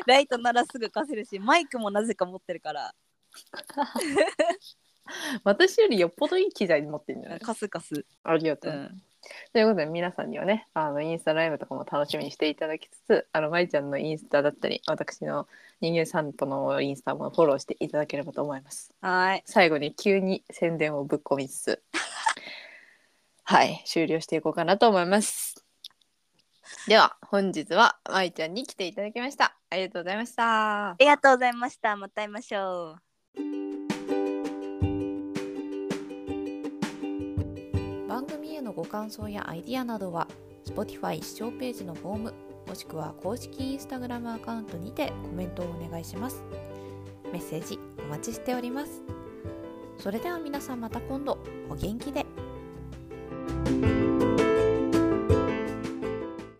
[SPEAKER 2] ライトならすぐ貸せるし、マイクもなぜか持ってるから、
[SPEAKER 1] 私よりよっぽどいい機材持ってるんじゃない
[SPEAKER 2] 貸す貸す。
[SPEAKER 1] ありがと
[SPEAKER 2] う
[SPEAKER 1] う。
[SPEAKER 2] ん。
[SPEAKER 1] ということで皆さんにはねあのインスタライブとかも楽しみにしていただきつつあのまいちゃんのインスタだったり私の人間散歩のインスタもフォローしていただければと思います
[SPEAKER 2] はーい。
[SPEAKER 1] 最後に急に宣伝をぶっ込みつつはい終了していこうかなと思いますでは本日はまいちゃんに来ていただきましたありがとうございました
[SPEAKER 2] ありがとうございました。また会いましょう。
[SPEAKER 3] 番組へのご感想やアイディアなどは Spotify 視聴ページのフォームもしくは公式 Instagram アカウントにてコメントをお願いしますメッセージお待ちしておりますそれでは皆さんまた今度お元気で